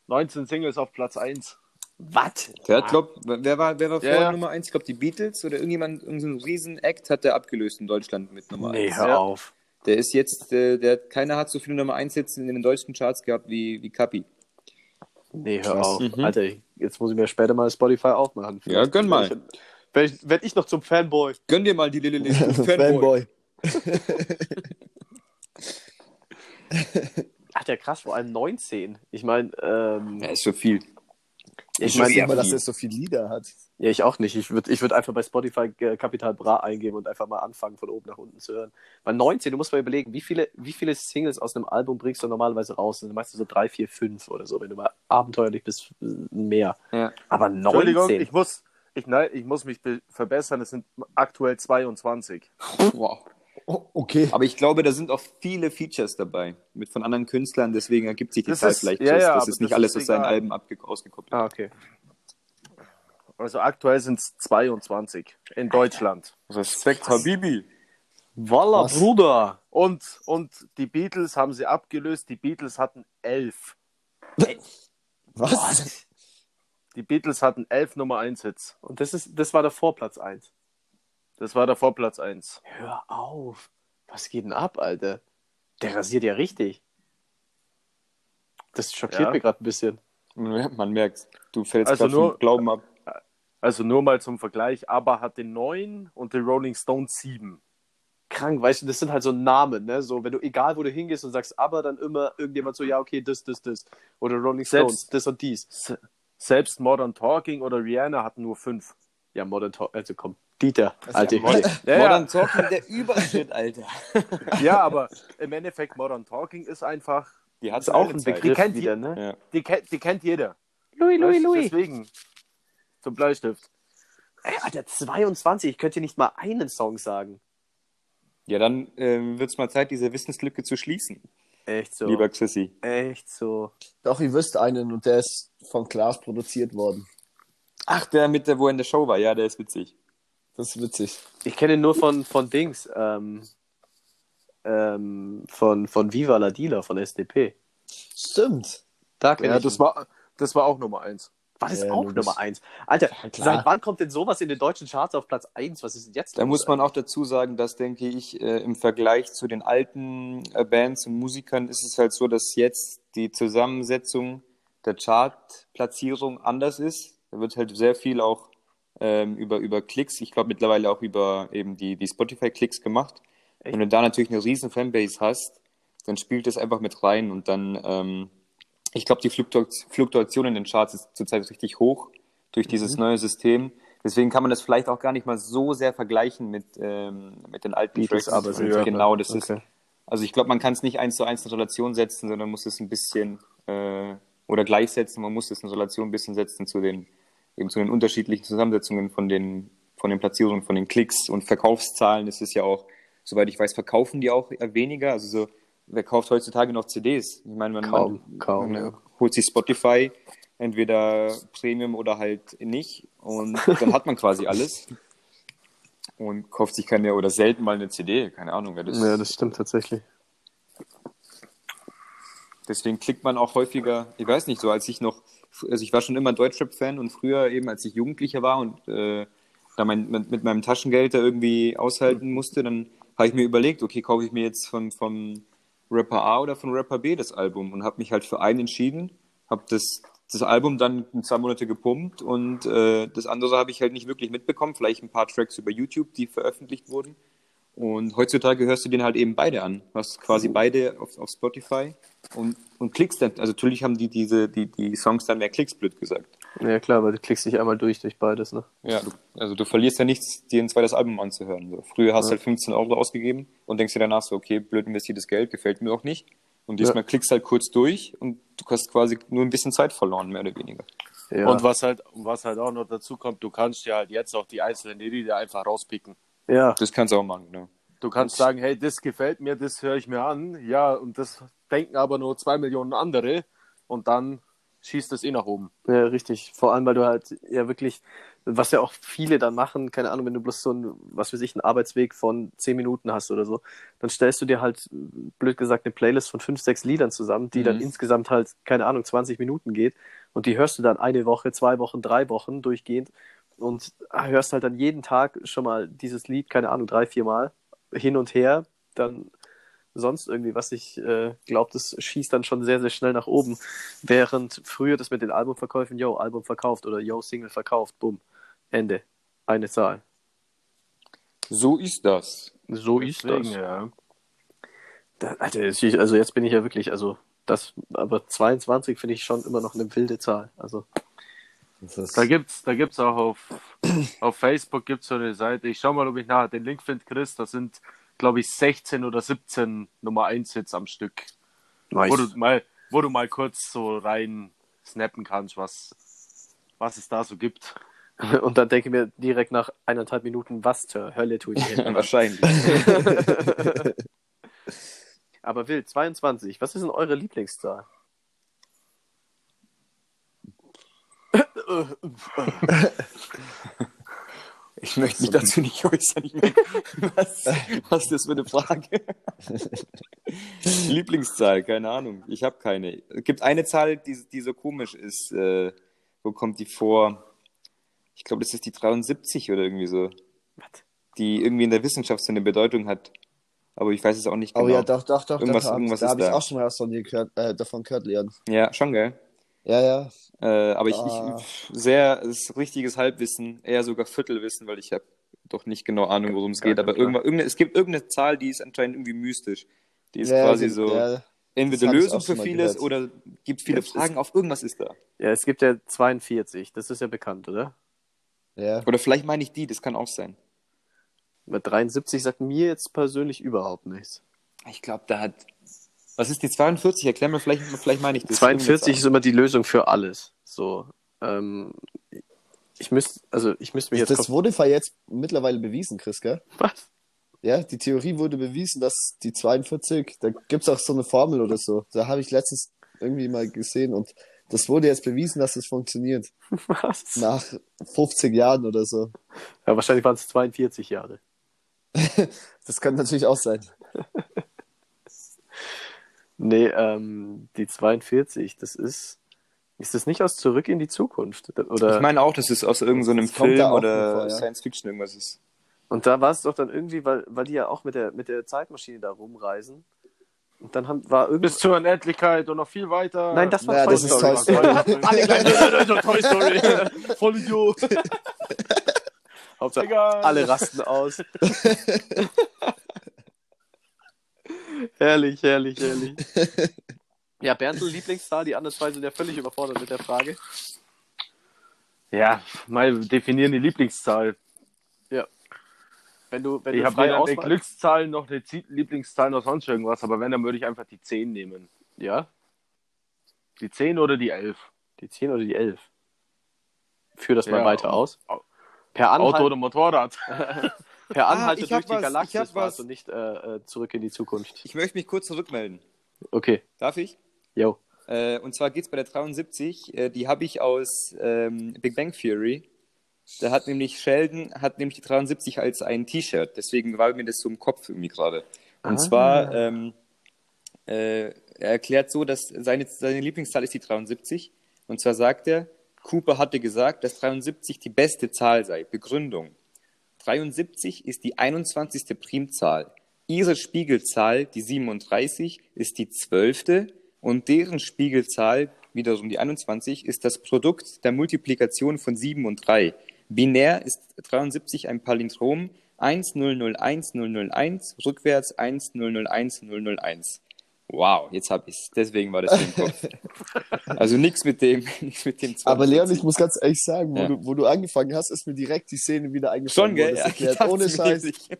Speaker 2: 19 Singles auf Platz 1.
Speaker 1: Was?
Speaker 4: Der hat, glaub, wer war, wer war
Speaker 2: Ah. Ja,
Speaker 4: vorher
Speaker 2: ja.
Speaker 4: Nummer 1? Ich glaube, die Beatles oder irgendjemand, irgendein Riesen-Act hat der abgelöst in Deutschland mit Nummer 1.
Speaker 1: Nee, hör
Speaker 2: Ja.
Speaker 1: auf.
Speaker 4: Der ist jetzt, äh, der, keiner hat so viele Nummer 1 Hits in den deutschen Charts gehabt wie, wie Kapi.
Speaker 1: Nee, hör
Speaker 3: Krass.
Speaker 1: auf. Alter, ich- jetzt muss ich mir später mal Spotify aufmachen.
Speaker 4: Mhm. Ja, gönn mal.
Speaker 1: Wenn ich, werd ich noch zum Fanboy.
Speaker 4: Gönn dir mal die Lille *laughs*
Speaker 3: Fanboy.
Speaker 4: Lille. Fanboy.
Speaker 1: Alter, krass, vor allem 19. Ich meine, ähm,
Speaker 4: Ja, ist schon viel.
Speaker 1: ich
Speaker 3: Ich
Speaker 1: meine,
Speaker 3: weiß
Speaker 4: ja
Speaker 3: nicht mal, dass
Speaker 4: viel.
Speaker 3: er so viele Lieder hat.
Speaker 1: ja, ich auch nicht. Ich würde ich würd einfach bei Spotify äh, Kapital Bra eingeben und einfach mal anfangen, von oben nach unten zu hören. Weil 19, du musst mal überlegen, wie viele, wie viele Singles aus einem Album bringst du normalerweise raus? Dann machst du so 3, 4, 5 oder so, wenn du mal abenteuerlich bist, äh, mehr.
Speaker 4: Ja.
Speaker 1: Aber
Speaker 2: Entschuldigung,
Speaker 1: 19.
Speaker 2: ich muss, ich, nein, ich muss mich be- verbessern. Es sind aktuell 22.
Speaker 4: Wow.
Speaker 3: Oh, okay.
Speaker 4: Aber ich glaube, da sind auch viele Features dabei. Mit von anderen Künstlern, deswegen ergibt sich die
Speaker 2: Das
Speaker 4: Zahl
Speaker 2: ist-
Speaker 4: vielleicht.
Speaker 2: ja,
Speaker 4: das,
Speaker 2: ja,
Speaker 4: das
Speaker 2: aber
Speaker 4: ist nicht
Speaker 2: das
Speaker 4: alles
Speaker 2: ist
Speaker 4: aus seinen
Speaker 2: egal.
Speaker 4: Alben abge ausgekoppelt.
Speaker 1: Ah, okay.
Speaker 2: Also aktuell sind es 22 in Deutschland.
Speaker 4: Respekt, Habibi.
Speaker 2: Walla,
Speaker 3: Was?
Speaker 2: Bruder! Und, und die Beatles haben sie abgelöst. Die Beatles hatten 11.
Speaker 3: Was?
Speaker 2: Die Beatles hatten 11 Nummer 1 Hits.
Speaker 1: Und das, ist, das war der Vorplatz 1.
Speaker 2: Das war der Vorplatz 1.
Speaker 1: Hör auf. Was geht denn ab, Alter? Der rasiert ja richtig. Das schockiert
Speaker 2: Ja.
Speaker 1: mich gerade ein bisschen.
Speaker 4: Man merkt, du fällst
Speaker 2: Also
Speaker 4: also
Speaker 2: nur-
Speaker 4: vom Glauben ab.
Speaker 2: Also nur mal zum Vergleich, ABBA hatte 9 und die Rolling Stones 7.
Speaker 1: Krank, weißt du, das sind halt so Namen, ne? So, wenn du egal wo du hingehst und sagst, aber dann immer irgendjemand so, ja, okay, das, das, das. Oder Rolling Stones,
Speaker 2: Selbst-
Speaker 1: das und dies.
Speaker 2: Se- Selbst Modern Talking oder Rihanna hatten nur 5.
Speaker 1: Ja, Modern Talk, also komm, Dieter, halt alte
Speaker 3: Modern-
Speaker 1: Hütte.
Speaker 2: Ja,
Speaker 4: Modern
Speaker 2: ja,
Speaker 4: Talking, der Überschritt, Alter.
Speaker 2: ja, aber im Endeffekt Modern Talking ist einfach,
Speaker 4: Die hat
Speaker 1: Das ist *laughs* auch ein Begriff
Speaker 2: kennt
Speaker 1: wieder,
Speaker 2: die-
Speaker 1: ne?
Speaker 4: Ja.
Speaker 2: die, ke- die kennt jeder.
Speaker 1: Louis, Louis,
Speaker 2: Weißt du,
Speaker 1: Louis.
Speaker 2: Deswegen. Zum Bleistift.
Speaker 1: Ey, Alter, 22, ich könnte dir nicht mal einen Song sagen.
Speaker 4: ja, dann ähm, wird es mal Zeit, diese Wissenslücke zu schließen.
Speaker 1: Echt so.
Speaker 4: lieber Chrissy.
Speaker 1: Echt so.
Speaker 3: Doch, ihr wisst einen und der ist von Klaas produziert worden.
Speaker 4: Ach, der mit der, wo er in der Show war, ja, der ist witzig.
Speaker 3: Das ist witzig.
Speaker 1: Ich kenne ihn nur von, von Dings. Ähm, ähm, von, von Viva la Dealer von SDP.
Speaker 3: Stimmt.
Speaker 1: Da kenne
Speaker 2: Ja,
Speaker 1: ich
Speaker 2: das
Speaker 1: ihn.
Speaker 2: war, das war auch Nummer eins.
Speaker 1: war das
Speaker 3: Ja,
Speaker 1: auch
Speaker 3: du bist-
Speaker 1: Nummer 1. Alter,
Speaker 3: klar.
Speaker 1: seit wann kommt denn sowas in den deutschen Charts auf Platz 1? Was ist denn jetzt?
Speaker 4: Da
Speaker 1: los,
Speaker 4: muss man auch dazu sagen, dass, denke ich, äh, im Vergleich zu den alten äh, Bands und Musikern ist es halt so, dass jetzt die Zusammensetzung der Chartplatzierung anders ist. Da wird halt sehr viel auch ähm, über, über Klicks, ich glaube mittlerweile auch über eben die, die Spotify-Klicks gemacht.
Speaker 1: Echt?
Speaker 4: Wenn du da natürlich eine riesen Fanbase hast, dann spielt das einfach mit rein und dann, ähm, ich glaube, die Fluktu Fluktuation in den Charts ist zurzeit richtig hoch durch
Speaker 1: Mhm.
Speaker 4: dieses neue System. Deswegen kann man das vielleicht auch gar nicht mal so sehr vergleichen mit, ähm, mit den alten
Speaker 1: Beatles, aber
Speaker 4: Und
Speaker 1: ja.
Speaker 4: Genau, das
Speaker 1: Okay.
Speaker 4: ist. Also ich glaube, man kann es nicht eins zu eins in Relation setzen, sondern muss es ein bisschen äh, oder gleichsetzen. Man muss es in Relation ein bisschen setzen zu den eben zu den unterschiedlichen Zusammensetzungen von den von den Platzierungen, von den Klicks und Verkaufszahlen. Es ist ja auch, soweit ich weiß, verkaufen die auch eher weniger. Also so, wer kauft heutzutage noch CDs? Ich meine, man,
Speaker 1: Kaum,
Speaker 4: man,
Speaker 1: kaum,
Speaker 4: man
Speaker 1: ja.
Speaker 4: holt sich Spotify entweder Premium oder halt nicht und dann hat man
Speaker 1: *laughs*
Speaker 4: quasi alles und kauft sich keine oder selten mal eine CD. Keine Ahnung, wer das.
Speaker 1: Ja, das stimmt tatsächlich.
Speaker 4: Deswegen klickt man auch häufiger, ich weiß nicht, so als ich noch, also ich war schon immer Deutschrap-Fan und früher eben, als ich Jugendlicher war und äh, da mein, mit, mit meinem Taschengeld da irgendwie aushalten musste, dann habe ich mir überlegt, okay, kaufe ich mir jetzt von, vom Rapper A oder von Rapper B das Album und habe mich halt für einen entschieden, habe das, das Album dann zwei Monate gepumpt und äh, das andere habe ich halt nicht wirklich mitbekommen, vielleicht ein paar Tracks über YouTube, die veröffentlicht wurden. Und heutzutage hörst du den halt eben beide an. Du hast quasi beide auf, auf Spotify und, und klickst dann. Also natürlich haben die diese, die, die Songs dann mehr Klicks, blöd gesagt.
Speaker 1: Ja, klar, weil du klickst dich einmal durch, durch beides, ne?
Speaker 4: Ja, du, also du verlierst ja nichts, dir ein zweites Album anzuhören. So, früher hast du halt 15 Euro ausgegeben und denkst dir danach so, okay, blöd investiertes Geld, gefällt mir auch nicht. Und diesmal klickst halt kurz durch und du hast quasi nur ein bisschen Zeit verloren, mehr oder weniger.
Speaker 1: Ja,
Speaker 2: Und was halt, was halt auch noch dazu kommt, du kannst ja halt jetzt auch die einzelnen Lieder einfach rauspicken.
Speaker 1: ja.
Speaker 4: Das kannst du auch machen, ne?
Speaker 2: Du kannst sagen, hey, das gefällt mir, das höre ich mir an. Ja, und das denken aber nur zwei Millionen andere. Und dann schießt es eh nach oben.
Speaker 1: ja, richtig. Vor allem, weil du halt ja wirklich, was ja auch viele dann machen, keine Ahnung, wenn du bloß so einen, was weiß ich, einen Arbeitsweg von 10 Minuten hast oder so, dann stellst du dir halt, blöd gesagt, eine Playlist von 5, 6 Liedern zusammen, die dann insgesamt halt, keine Ahnung, 20 Minuten geht. Und die hörst du dann eine Woche, zwei Wochen, drei Wochen durchgehend und hörst halt dann jeden Tag schon mal dieses Lied, keine Ahnung, drei, vier Mal hin und her. Dann sonst irgendwie, was ich äh, glaube, das schießt dann schon sehr, sehr schnell nach oben. Während früher das mit den Albumverkäufen, yo, Album verkauft oder yo, Single verkauft, bumm, Ende. Eine Zahl.
Speaker 4: So ist *laughs* das.
Speaker 1: So
Speaker 2: ja.
Speaker 1: Da, Alter, jetzt- ich- also jetzt bin ich ja wirklich, also das, aber 22 finde ich schon immer noch eine wilde Zahl. Also,
Speaker 3: Das ist,
Speaker 2: Da gibt's, da gibt's auch auf, *clears throat* auf Facebook gibt's so eine Seite. Ich schau mal, ob ich nachher den Link finde, Chris. Da sind, glaube ich, 16 oder 17 Nummer 1 Hits am Stück. Wo du mal, wo du mal kurz so rein snappen kannst, was, was es da so gibt.
Speaker 1: Und dann denke ich mir direkt nach eineinhalb Minuten, was zur Hölle tue ich *laughs* hier?
Speaker 4: Wahrscheinlich.
Speaker 1: Aber wild, 22, was ist denn eure Lieblingszahl?
Speaker 4: Ich möchte mich dazu nicht äußern. Ich *laughs* merke, was, was ist das für eine Frage? *laughs* Lieblingszahl, keine Ahnung. Ich habe keine. Es gibt eine Zahl, die, die so komisch ist. Äh, wo kommt die vor? Ich glaube, das ist die 73 oder irgendwie so. Die irgendwie in der Wissenschaft so eine Bedeutung hat. Aber ich weiß es auch nicht
Speaker 3: oh
Speaker 4: genau.
Speaker 3: ja, doch, doch, doch.
Speaker 4: Irgendwas-
Speaker 3: doch, da
Speaker 4: irgendwas
Speaker 3: da
Speaker 4: ist
Speaker 3: habe ich
Speaker 4: da.
Speaker 3: auch schon mal was von dir gehört, äh, davon gehört, Leon.
Speaker 4: Ja, schon, gell?
Speaker 3: Ja, ja.
Speaker 4: Äh, aber ich,
Speaker 3: Ah.
Speaker 4: ich sehr ist richtiges Halbwissen, eher sogar Viertelwissen, weil ich habe doch nicht genau Ahnung, worum es
Speaker 1: Gar
Speaker 4: geht.
Speaker 1: nicht
Speaker 4: Aber
Speaker 3: ne?
Speaker 1: klar.
Speaker 4: irgendwann, irgendeine, es gibt irgendeine Zahl, die ist anscheinend irgendwie mystisch. Die ist
Speaker 3: ja,
Speaker 4: quasi
Speaker 3: ja,
Speaker 4: so
Speaker 3: Ja,
Speaker 4: entweder
Speaker 3: hab ich
Speaker 4: Lösung
Speaker 3: auch schon
Speaker 4: für
Speaker 3: mal
Speaker 4: vieles
Speaker 3: gehört.
Speaker 4: oder gibt viele
Speaker 1: Ja,
Speaker 4: Fragen auf irgendwas ist da.
Speaker 1: Ja, es gibt ja 42, das ist ja bekannt, oder?
Speaker 3: ja.
Speaker 4: Oder vielleicht meine ich die, das kann auch sein.
Speaker 1: Mit 73 sagt mir jetzt persönlich überhaupt nichts.
Speaker 4: Ich glaube, da hat. Was ist die 42? Erklär mir, vielleicht, vielleicht meine ich das.
Speaker 1: 42 ist
Speaker 4: Irgendeine
Speaker 1: immer die Lösung für alles. So, ähm, ich müsste, also ich müsste mich jetzt.
Speaker 3: Das wurde zwar jetzt mittlerweile bewiesen, Chris, gell?
Speaker 1: *laughs* Was?
Speaker 3: Ja, die Theorie wurde bewiesen, dass die 42, da gibt es auch so eine Formel oder so. Da habe ich letztens irgendwie mal gesehen und das wurde jetzt bewiesen, dass es funktioniert.
Speaker 1: Was?
Speaker 3: Nach 50 Jahren oder so.
Speaker 1: Ja, wahrscheinlich waren es 42 Jahre.
Speaker 3: Das kann natürlich auch sein.
Speaker 1: Nee, ähm, die 42, das ist. Ist das nicht aus Zurück in die Zukunft? Oder,
Speaker 4: Ich meine auch, dass es aus irgendeinem
Speaker 3: kommt da
Speaker 4: Film
Speaker 3: auch
Speaker 4: oder
Speaker 3: vor, ja.
Speaker 4: Science Fiction irgendwas ist.
Speaker 1: und da war es doch dann irgendwie, weil, weil die ja auch mit der, mit der Zeitmaschine da rumreisen. Und dann haben, war irgendwie.
Speaker 2: Bis zur Unendlichkeit und noch viel weiter.
Speaker 1: Nein, das war
Speaker 3: Ja,
Speaker 1: Toy
Speaker 3: das ist
Speaker 1: Story.
Speaker 3: Toy Story.
Speaker 2: Alle *laughs* gleich. Toy
Speaker 1: *laughs*
Speaker 2: Story. Voll Idiot.
Speaker 1: Hauptsache,
Speaker 2: Egal.
Speaker 1: alle rasten aus. *laughs* herrlich, herrlich, herrlich. Ja, Berndl, Lieblingsstar, die anderen zwei sind ja völlig überfordert mit der Frage.
Speaker 2: Ja, mal definieren die Lieblingszahl.
Speaker 1: Wenn du, wenn
Speaker 2: Ich
Speaker 1: du
Speaker 2: habe
Speaker 1: frei
Speaker 2: weder eine
Speaker 1: auswahl...
Speaker 2: Glückszahl noch eine Zie- Lieblingszahl noch sonst irgendwas, aber wenn, dann würde ich einfach die 10 nehmen.
Speaker 1: Ja,
Speaker 2: Die 10 oder die 11?
Speaker 1: die 10 oder die 11. Führ das mal
Speaker 2: Ja,
Speaker 1: weiter
Speaker 2: und-
Speaker 1: aus. Per Anhalt,
Speaker 2: Auto oder Motorrad?
Speaker 1: per Anhalt
Speaker 4: Ah, ich
Speaker 1: durch
Speaker 4: hab
Speaker 1: die
Speaker 4: was, ich
Speaker 1: Galaxis
Speaker 4: hab
Speaker 1: war
Speaker 4: was.
Speaker 1: es und nicht äh, äh, zurück in die Zukunft.
Speaker 4: Ich möchte mich kurz zurückmelden.
Speaker 1: Okay,
Speaker 4: Darf ich?
Speaker 1: yo.
Speaker 4: Äh, und zwar geht es bei der 73, äh, die habe ich aus ähm, Big Bang Theory. Da hat nämlich Sheldon hat nämlich die 73 als ein T-Shirt. Deswegen war mir das so im Kopf irgendwie gerade. Und
Speaker 1: Ah.
Speaker 4: zwar ähm, äh, er erklärt so, dass seine, seine Lieblingszahl ist die 73. Und zwar sagt er, Cooper hatte gesagt, dass 73 die beste Zahl sei. Begründung. 73 ist die 21. Primzahl. Ihre Spiegelzahl, die 37, ist die 12. und deren Spiegelzahl, wiederum die 21, ist das Produkt der Multiplikation von 7 und 3. Binär ist 73 ein Palindrom 1001001, rückwärts 1001001. Wow, jetzt hab ich's. Deswegen war das im *laughs* Kopf. Also nichts mit dem, nichts mit dem 20.
Speaker 3: Aber Leon, ich muss ganz ehrlich sagen, wo,
Speaker 4: Ja.
Speaker 3: du, wo du angefangen hast, ist mir direkt die Szene wieder eingefallen. wo
Speaker 4: schon, gell?
Speaker 3: das
Speaker 4: Ja, *laughs* ich
Speaker 3: erklärt.
Speaker 4: dachte
Speaker 3: Ohne
Speaker 4: mir
Speaker 3: Scheiß.
Speaker 4: nicht.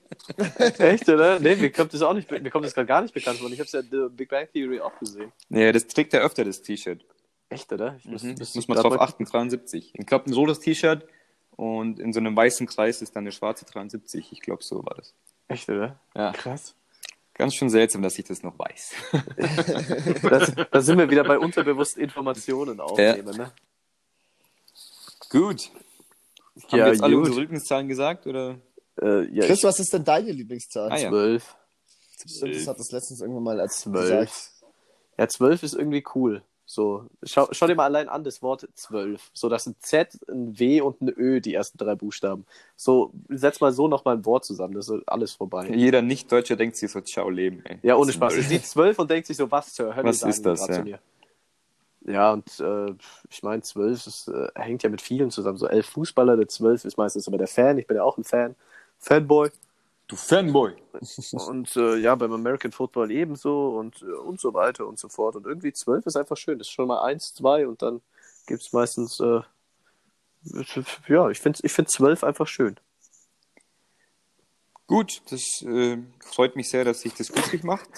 Speaker 1: Echt, oder? Nee, mir kommt das auch nicht, mir kommt das gerade gar nicht bekannt vor. Ich habe es ja in The Big Bang Theory auch gesehen.
Speaker 4: Ja, das trägt er öfter, das T-Shirt.
Speaker 1: Echt, oder? Ich
Speaker 4: Mhm. Das
Speaker 1: müsste
Speaker 4: muss man
Speaker 1: grad
Speaker 4: drauf
Speaker 1: mal-
Speaker 4: achten, 73. Ich glaube, ein rotes T-Shirt und in so einem weißen Kreis ist dann eine schwarze 73. Ich glaube, so war das.
Speaker 1: Echt, oder?
Speaker 4: Ja,
Speaker 1: Krass.
Speaker 4: ganz schön seltsam, dass ich das noch weiß.
Speaker 1: Das, *laughs* da sind wir wieder bei unterbewussten Informationen aufnehmen, ne?
Speaker 4: gut. Haben
Speaker 1: Ja,
Speaker 4: wir jetzt alle
Speaker 1: gut.
Speaker 4: unsere Lieblingszahlen gesagt? Oder?
Speaker 1: Äh, ja,
Speaker 3: Chris, was ist denn deine Lieblingszahl?
Speaker 4: Ah, ja.
Speaker 1: zwölf.
Speaker 3: Stimmt,
Speaker 2: Äh,
Speaker 3: das hat das letztens irgendwann mal als gesagt.
Speaker 1: Zwölf. Ja, zwölf ist irgendwie cool. So, schau, schau dir mal allein an das Wort zwölf. So, das sind Z, ein W und ein Ö, die ersten drei Buchstaben. So, setz mal so nochmal ein Wort zusammen, das ist alles vorbei.
Speaker 4: Jeder Nicht-Deutscher denkt sich so, ciao, Leben. Ey.
Speaker 1: Ja, ohne
Speaker 4: Das ist
Speaker 1: Spaß.
Speaker 4: blöd.
Speaker 1: Sie sieht zwölf und denkt sich so, was zur Hölle
Speaker 4: Was
Speaker 1: sagen
Speaker 4: ist
Speaker 1: die
Speaker 4: das,
Speaker 1: grad
Speaker 4: ja.
Speaker 1: zu mir? Ja, und äh, ich meine, zwölf ist, äh, hängt ja mit vielen zusammen. So elf Fußballer, der zwölf ist meistens immer der Fan. Ich bin ja auch ein Fan. Fanboy.
Speaker 4: Du Fanboy.
Speaker 1: *laughs* Und äh, ja, beim American Football ebenso und, äh, und so weiter und so fort. Und irgendwie 12 ist einfach schön. Das ist schon mal 1, 2 und dann gibt es meistens. Äh, ja, ich finde ich find 12 einfach schön.
Speaker 4: Gut, das äh, freut mich sehr, dass sich das glücklich macht.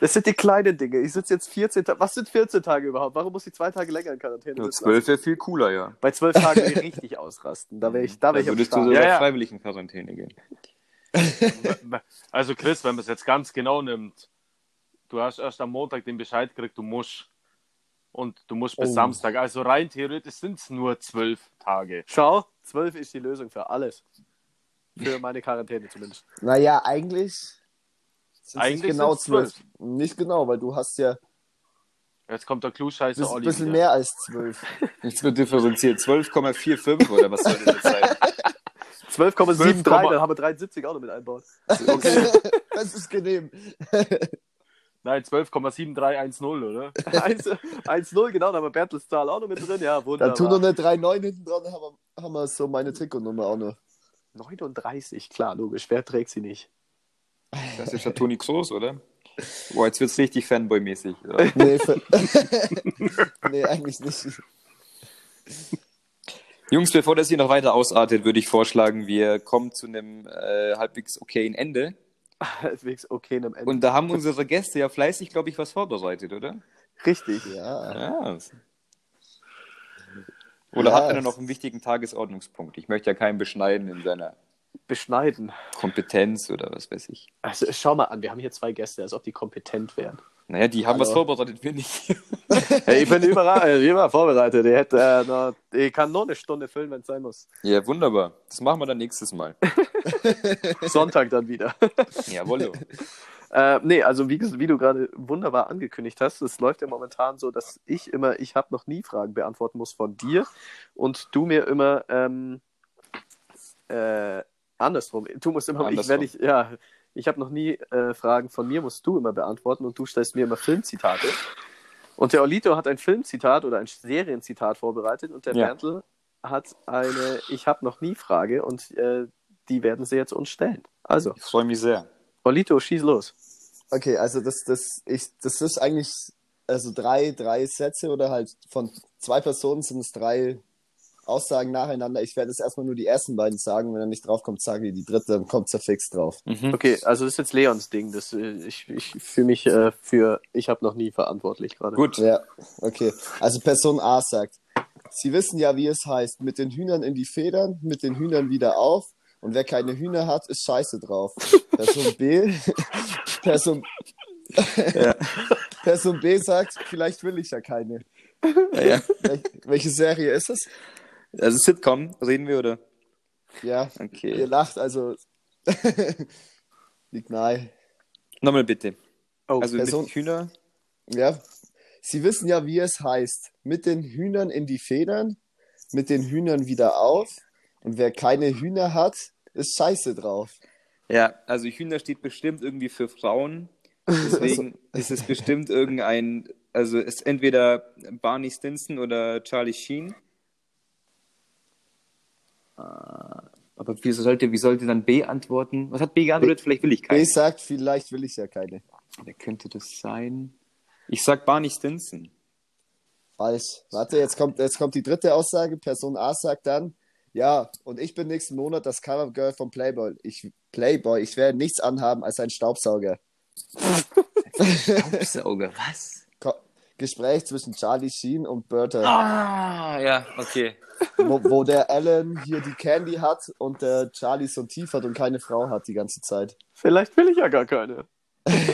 Speaker 1: Das sind die kleinen Dinge. Ich sitze jetzt 14 Tage. Was sind 14 Tage überhaupt? Warum muss ich zwei Tage länger in Quarantäne sitzen?
Speaker 4: wäre viel cooler, ja.
Speaker 1: Bei
Speaker 4: *laughs*
Speaker 1: 12 Tagen würde ich richtig ausrasten. Da wäre ich, da wär
Speaker 4: Da
Speaker 1: ich am
Speaker 4: würdest du
Speaker 1: Start.
Speaker 4: sogar
Speaker 2: Ja, ja.
Speaker 4: freiwillig in Quarantäne gehen.
Speaker 2: Also Chris, wenn man es jetzt ganz genau nimmt, du hast erst am Montag den Bescheid gekriegt, du musst. Und du musst bis
Speaker 3: Oh.
Speaker 2: Samstag. Also rein theoretisch sind es nur zwölf Tage.
Speaker 1: Schau, 12 ist die Lösung für alles. Für meine Quarantäne zumindest.
Speaker 3: Naja, eigentlich sind es
Speaker 2: Eigentlich
Speaker 3: nicht genau
Speaker 2: sind's zwölf.
Speaker 3: zwölf. Nicht genau, weil du hast ja
Speaker 2: Jetzt kommt der
Speaker 3: ein
Speaker 2: Klugscheißer
Speaker 3: bisschen,
Speaker 2: Olli.
Speaker 3: bisschen
Speaker 2: wieder.
Speaker 3: mehr als zwölf.
Speaker 2: *laughs*
Speaker 3: *laughs*
Speaker 4: Jetzt wird differenziert. 12,45 oder was soll das jetzt sein?
Speaker 1: 12,73,
Speaker 2: 12,73,
Speaker 1: dann haben wir 73 auch noch mit einbaut. *laughs*
Speaker 3: das ist genehm.
Speaker 2: Nein, 12,7310, *laughs* oder?
Speaker 1: 1-0, genau, da haben wir Bertelstal auch noch mit drin. Ja,
Speaker 3: Da
Speaker 1: wunderbar.
Speaker 3: tun noch eine 3-9 hinten dran, dann haben wir, haben wir so meine Trikotnummer auch noch.
Speaker 1: 39, klar, logisch. Wer trägt sie nicht? *laughs*
Speaker 4: Das ist ja Toni Kroos, oder? Boah, jetzt wird's richtig Fanboy-mäßig. oder?
Speaker 3: Nee, für... *laughs* nee eigentlich nicht.
Speaker 4: Jungs, bevor das hier noch weiter ausartet, würde ich vorschlagen, wir kommen zu einem äh, halbwegs okayen Ende.
Speaker 1: Halbwegs okay am Ende.
Speaker 4: Und da haben unsere Gäste ja fleißig, glaube ich, was vorbereitet, oder?
Speaker 1: richtig.
Speaker 3: Ja.
Speaker 4: Ja. Oder
Speaker 3: Ja,
Speaker 4: hat einer
Speaker 3: es-
Speaker 4: noch einen wichtigen Tagesordnungspunkt? Ich möchte ja keinen beschneiden in seiner
Speaker 1: Beschneiden.
Speaker 4: Kompetenz oder was weiß ich.
Speaker 1: Also schau mal an, wir haben hier zwei Gäste, als ob die kompetent wären.
Speaker 4: Naja, die haben was
Speaker 3: Hallo.
Speaker 4: vorbereitet, wir nicht.
Speaker 1: Hey, ich bin immer, immer vorbereitet. Ich, hätte, äh, noch, ich kann noch eine Stunde füllen, wenn es sein muss.
Speaker 4: *laughs* ja, wunderbar. Das machen wir dann nächstes Mal.
Speaker 1: Sonntag dann wieder.
Speaker 4: Jawoll.
Speaker 1: Äh, nee, also wie, ges- wie du gerade wunderbar angekündigt hast, es läuft ja momentan so, dass ich immer, ich habe noch nie Fragen beantworten muss von dir und du mir immer ähm, äh, andersrum, du musst immer, ich
Speaker 4: Andersrum.
Speaker 1: werde ich, ja, ich habe noch nie äh, Fragen von mir, musst du immer beantworten und du stellst mir immer Filmzitate. Und der Olito hat ein Filmzitat oder ein Serienzitat vorbereitet und der
Speaker 4: Ja.
Speaker 1: Bertel hat eine Ich habe noch nie Frage und äh, die werden sie jetzt uns stellen. Also,
Speaker 4: Ich freue mich sehr.
Speaker 1: Olito, schieß los.
Speaker 3: Okay, also das, das, ich, das ist eigentlich, also drei, drei Sätze oder halt von zwei Personen sind es drei Aussagen nacheinander. Ich werde jetzt erstmal nur die ersten beiden sagen. Wenn er nicht draufkommt, sage ich die dritte, dann kommt er fix drauf.
Speaker 4: Mhm.
Speaker 1: Okay, also das ist jetzt Leons Ding. Das, äh, ich ich fühle mich äh, für, ich habe noch nie verantwortlich gerade.
Speaker 4: Gut.
Speaker 3: Ja, okay. Also Person A sagt, Sie wissen ja, wie es heißt, mit den Hühnern in die Federn, mit den Hühnern wieder auf. Und wer keine Hühner hat, ist scheiße drauf. Person B, *laughs* Person, *laughs* Person B sagt, vielleicht will ich ja keine.
Speaker 4: Ja.
Speaker 3: Wel welche Serie ist es?
Speaker 4: Also Sitcom, reden wir oder?
Speaker 3: Ja, ihr
Speaker 4: Okay.
Speaker 3: lacht, also *laughs* liegt nahe.
Speaker 4: Nochmal bitte.
Speaker 1: Oh,
Speaker 4: also
Speaker 3: Person-
Speaker 4: mit Hühner.
Speaker 3: Ja. Sie wissen ja, wie es heißt. Mit den Hühnern in die Federn, mit den Hühnern wieder auf. Und wer keine Hühner hat, ist scheiße drauf.
Speaker 4: Ja, also Hühner steht bestimmt irgendwie für Frauen.
Speaker 1: *laughs*
Speaker 4: Deswegen ist es bestimmt irgendein, also ist entweder Barney Stinson oder Charlie Sheen. Äh, Aber wie sollte, wie sollte dann B antworten? Was hat B geantwortet? Vielleicht will ich
Speaker 3: B
Speaker 4: keinen.
Speaker 3: sagt, vielleicht will ich ja keine.
Speaker 4: Wer könnte das sein? Ich sag Barney Stinson.
Speaker 3: Falsch. Warte, jetzt kommt, jetzt kommt die dritte Aussage. Person A sagt dann, ja, und ich bin nächsten Monat das Covergirl von Playboy. Ich, Playboy, ich werde nichts anhaben als ein Staubsauger.
Speaker 4: Sauger, was?
Speaker 3: Ko Gespräch zwischen Charlie Sheen und Bertha.
Speaker 4: Ah, ja, okay.
Speaker 3: wo, wo der Alan hier die Candy hat und der Charlie so ein Tief hat und keine Frau hat die ganze Zeit.
Speaker 1: Vielleicht will ich ja gar keine.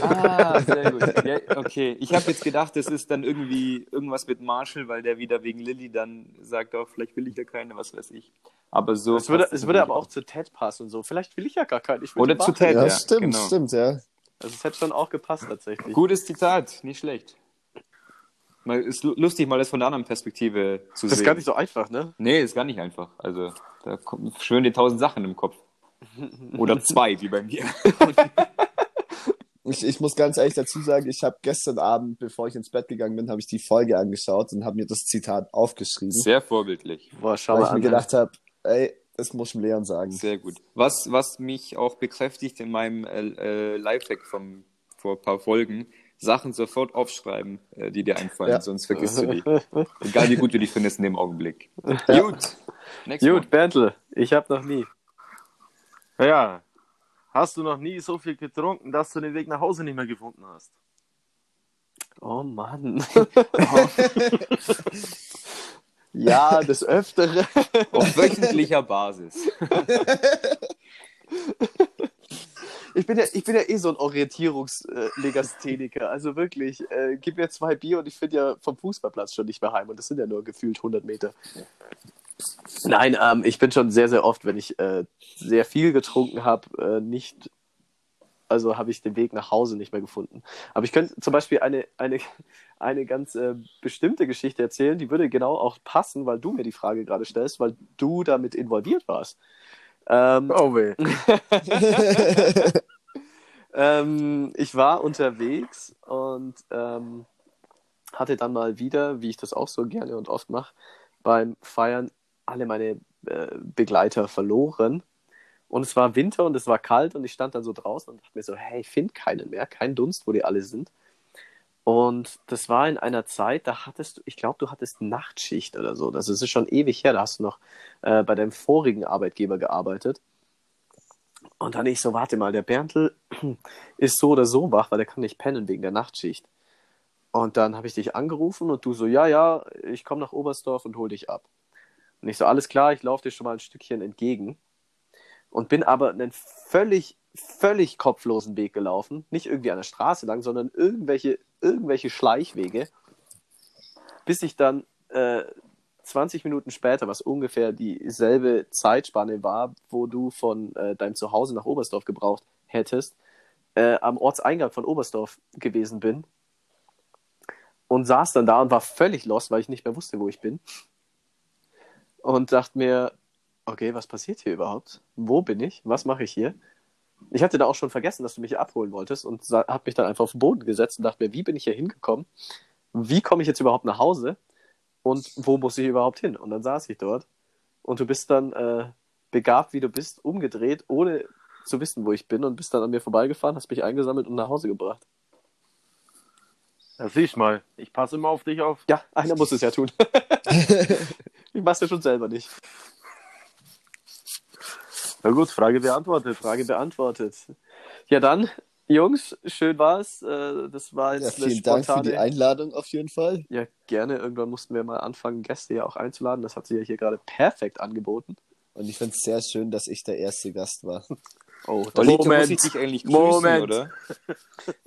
Speaker 4: Ah, sehr gut. Ja, okay, ich habe jetzt gedacht, das ist dann irgendwie irgendwas mit Marshall, weil der wieder wegen Lilly dann sagt, oh, vielleicht will ich ja keine, was weiß ich. Aber so.
Speaker 1: Es würde,
Speaker 4: passt
Speaker 1: es würde aber
Speaker 4: natürlich
Speaker 1: auch zu Ted passen und so. Vielleicht will ich ja gar keine. Ich will
Speaker 4: Oder
Speaker 1: den
Speaker 4: zu
Speaker 1: Bartel.
Speaker 4: Ted.
Speaker 3: Ja,
Speaker 4: Ja,
Speaker 3: stimmt,
Speaker 4: genau.
Speaker 3: stimmt, ja.
Speaker 1: Also es hätte dann auch gepasst tatsächlich.
Speaker 4: Gutes Zitat, nicht schlecht. Mal, ist lu- lustig, mal das von der anderen Perspektive zu
Speaker 1: Das
Speaker 4: sehen.
Speaker 1: ist gar nicht so einfach, ne?
Speaker 4: nee, ist gar nicht einfach. Also, da kommen- schwören dir tausend Sachen
Speaker 1: *laughs*
Speaker 4: im Kopf. Oder zwei, wie bei mir.
Speaker 3: Ich, ich muss ganz ehrlich dazu sagen, ich habe gestern Abend, bevor ich ins Bett gegangen bin, habe ich die Folge angeschaut und habe mir das Zitat aufgeschrieben,
Speaker 4: Sehr vorbildlich.
Speaker 1: Boah, schau
Speaker 3: weil
Speaker 1: mal
Speaker 3: ich mir
Speaker 1: an.
Speaker 3: gedacht habe, ey, das muss ich dem Leon sagen.
Speaker 4: Sehr gut. Was, was mich auch bekräftigt in meinem äh, äh, Lifehack vom, vor ein paar Folgen, Sachen sofort aufschreiben, äh, die dir einfallen,
Speaker 3: Ja.
Speaker 4: sonst vergisst du
Speaker 3: *laughs*
Speaker 4: die. Egal wie gut du die findest in dem Augenblick. Gut. Next
Speaker 1: Gut,
Speaker 4: Gut.
Speaker 1: Bertel, ich habe noch nie.
Speaker 2: Ja. Hast du noch nie so viel getrunken, dass du den Weg nach Hause nicht mehr gefunden hast?
Speaker 1: Oh Mann. ja, des Öfteren.
Speaker 4: Auf
Speaker 1: *laughs*
Speaker 4: wöchentlicher Basis.
Speaker 1: Ich bin ja, ich bin ja eh so ein Orientierungslegastheniker. Also wirklich, äh, gib mir zwei Bier und ich finde ja vom Fußballplatz schon nicht mehr heim. Und das sind ja nur gefühlt 100 Meter. Nein, ähm, ich bin schon sehr, sehr oft, wenn ich äh, sehr viel getrunken habe, äh, nicht. Also habe ich den Weg nach Hause nicht mehr gefunden. Aber ich könnte zum Beispiel eine, eine, eine ganz äh, bestimmte Geschichte erzählen, die würde genau auch passen, weil du mir die Frage gerade stellst, weil du damit involviert warst. Ähm,
Speaker 2: Oh weh.
Speaker 1: ähm, ich war unterwegs und ähm, hatte dann mal wieder, wie ich das auch so gerne und oft mache, beim Feiern alle meine äh, Begleiter verloren. Und es war Winter und es war kalt und ich stand dann so draußen und dachte mir so, hey, ich finde keinen mehr, kein Dunst, wo die alle sind. Und das war in einer Zeit, da hattest du, ich glaube, du hattest Nachtschicht oder so. Also es ist schon ewig her, da hast du noch äh, bei deinem vorigen Arbeitgeber gearbeitet. Und dann ich so, warte mal, der Berntl ist so oder so wach, weil der kann nicht pennen wegen der Nachtschicht. Und dann habe ich dich angerufen und du so, ja, ja, ich komme nach Oberstdorf und hol dich ab. Und ich so, alles klar, ich laufe dir schon mal ein Stückchen entgegen. Und bin aber einen völlig, völlig kopflosen Weg gelaufen. Nicht irgendwie an der Straße lang, sondern irgendwelche, irgendwelche Schleichwege. Bis ich dann äh, 20 Minuten später, was ungefähr dieselbe Zeitspanne war, wo du von äh, deinem Zuhause nach Oberstdorf gebraucht hättest, äh, am Ortseingang von Oberstdorf gewesen bin und saß dann da und war völlig lost, weil ich nicht mehr wusste, wo ich bin. Und dachte mir, okay, was passiert hier überhaupt? Wo bin ich? Was mache ich hier? Ich hatte da auch schon vergessen, dass du mich hier abholen wolltest und habe mich dann einfach auf den Boden gesetzt und dachte mir, wie bin ich hier hingekommen? Wie komme ich jetzt überhaupt nach Hause? und wo muss ich überhaupt hin? Und dann saß ich dort und du bist dann äh, begabt, wie du bist, umgedreht, ohne zu wissen, wo ich bin und bist dann an mir vorbeigefahren, hast mich eingesammelt und nach Hause gebracht.
Speaker 2: Das siehst mal. Ich passe immer auf dich auf.
Speaker 1: Ja, einer muss es ja tun. ich mach's ja schon selber nicht.
Speaker 2: Na gut, Frage beantwortet.
Speaker 1: Frage beantwortet. Ja dann, Jungs, schön war's. Äh, Das war
Speaker 3: Ja,
Speaker 1: jetzt eine
Speaker 3: vielen Dank für
Speaker 1: spontane...
Speaker 3: die Einladung auf jeden Fall.
Speaker 1: Ja, gerne. Irgendwann mussten wir mal anfangen, Gäste ja auch einzuladen. Das hat sie ja hier gerade perfekt angeboten.
Speaker 3: Und ich find's sehr schön, dass ich der erste Gast war.
Speaker 1: Oh, das
Speaker 4: Olli, muss
Speaker 2: Moment.
Speaker 4: ich dich eigentlich grüßen,
Speaker 2: Moment.
Speaker 4: oder?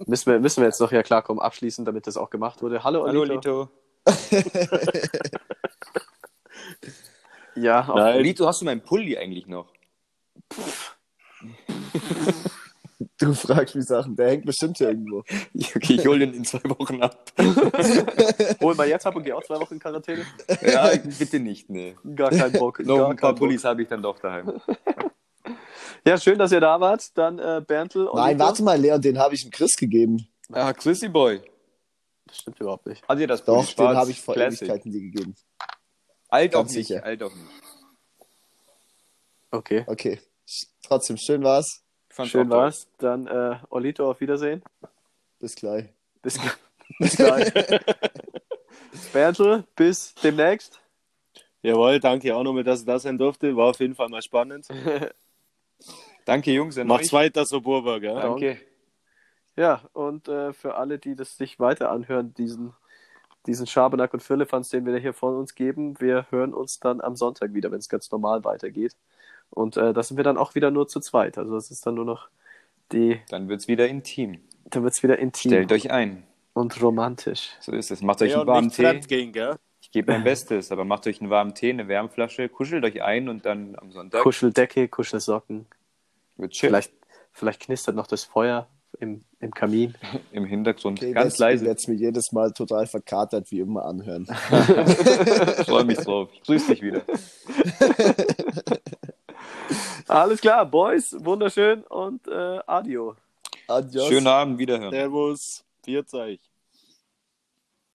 Speaker 1: müssen wir, müssen wir jetzt noch ja klarkommen, abschließen, damit das auch gemacht wurde. Hallo,
Speaker 4: Hallo,
Speaker 1: Olito.
Speaker 4: Lito.
Speaker 1: Ja, auch
Speaker 2: Nein.
Speaker 4: Lito, hast du meinen Pulli eigentlich *laughs* noch?
Speaker 3: Du fragst mich Sachen, der hängt bestimmt hier irgendwo.
Speaker 4: Okay, ich hole den in zwei Wochen ab.
Speaker 1: hol mal jetzt ab und geh auch zwei Wochen in Quarantäne.
Speaker 4: *laughs* Ja, bitte nicht, ne.
Speaker 1: Gar
Speaker 4: *laughs*
Speaker 1: kein Bock.
Speaker 4: Noch
Speaker 1: gar
Speaker 4: ein paar
Speaker 1: kein Bock.
Speaker 4: Pullis habe ich dann doch daheim.
Speaker 1: Ja, schön, dass ihr da wart. Dann äh, Berntl und.
Speaker 3: *laughs* Nein,
Speaker 1: Nico.
Speaker 3: warte mal, Leon, den habe ich dem Chris gegeben.
Speaker 4: Ah, Chrissy Boy.
Speaker 1: Das stimmt überhaupt nicht.
Speaker 4: Hat ihr das
Speaker 3: Doch,
Speaker 4: Pulli schwarz?
Speaker 3: den habe ich vor
Speaker 4: Classic.
Speaker 3: Ewigkeiten dir gegeben.
Speaker 4: Alt auch
Speaker 3: Ganz
Speaker 4: nicht,
Speaker 3: sicher.
Speaker 4: alt auch nicht.
Speaker 1: Okay.
Speaker 3: Okay, Sch- trotzdem, schön war's.
Speaker 4: Ich fand's
Speaker 1: Schön
Speaker 4: auch toll.
Speaker 1: war's. Dann äh, Olito, auf Wiedersehen.
Speaker 3: Bis gleich.
Speaker 1: Bis,
Speaker 4: *laughs*
Speaker 1: bis gleich. Berntl, bis demnächst.
Speaker 2: Jawohl, danke auch nochmal, dass ich da sein durfte. War auf jeden Fall mal spannend.
Speaker 4: Danke, Jungs. an euch.
Speaker 2: Macht's weiter so, Burberg. Ja?
Speaker 4: Danke.
Speaker 1: Ja, und äh, für alle, die das sich weiter anhören, diesen, diesen Schabernack und Firlefanz, den wir hier von uns geben, wir hören uns dann am Sonntag wieder, wenn es ganz normal weitergeht. Und äh, da sind wir dann auch wieder nur zu zweit. Also das ist dann nur noch die,
Speaker 4: Dann wird's wieder intim.
Speaker 1: dann wird es wieder intim
Speaker 4: Stellt euch ein.
Speaker 1: und romantisch.
Speaker 4: So ist es. Macht euch
Speaker 2: Ja,
Speaker 4: einen
Speaker 2: und
Speaker 4: warmen
Speaker 2: nicht
Speaker 4: Tee.
Speaker 2: fremd gehen, gell?
Speaker 4: Ich gebe mein Bestes, aber macht euch einen warmen Tee, eine Wärmflasche, kuschelt euch ein und dann am Sonntag
Speaker 1: Kuscheldecke, Kuschelsocken.
Speaker 4: wird chill.
Speaker 1: Vielleicht, vielleicht knistert noch das Feuer im, im Kamin.
Speaker 4: Im Hintergrund
Speaker 3: Okay,
Speaker 4: ganz
Speaker 3: *laughs*
Speaker 4: leise.
Speaker 3: Jetzt mir jedes Mal total verkatert, wie immer
Speaker 4: *laughs*
Speaker 3: anhören.
Speaker 4: Ich freue mich drauf. Ich grüße dich wieder.
Speaker 1: Alles klar, Boys, wunderschön und äh, adio.
Speaker 3: Adios.
Speaker 4: Schönen Abend, wiederhören.
Speaker 2: Servus. Viert euch.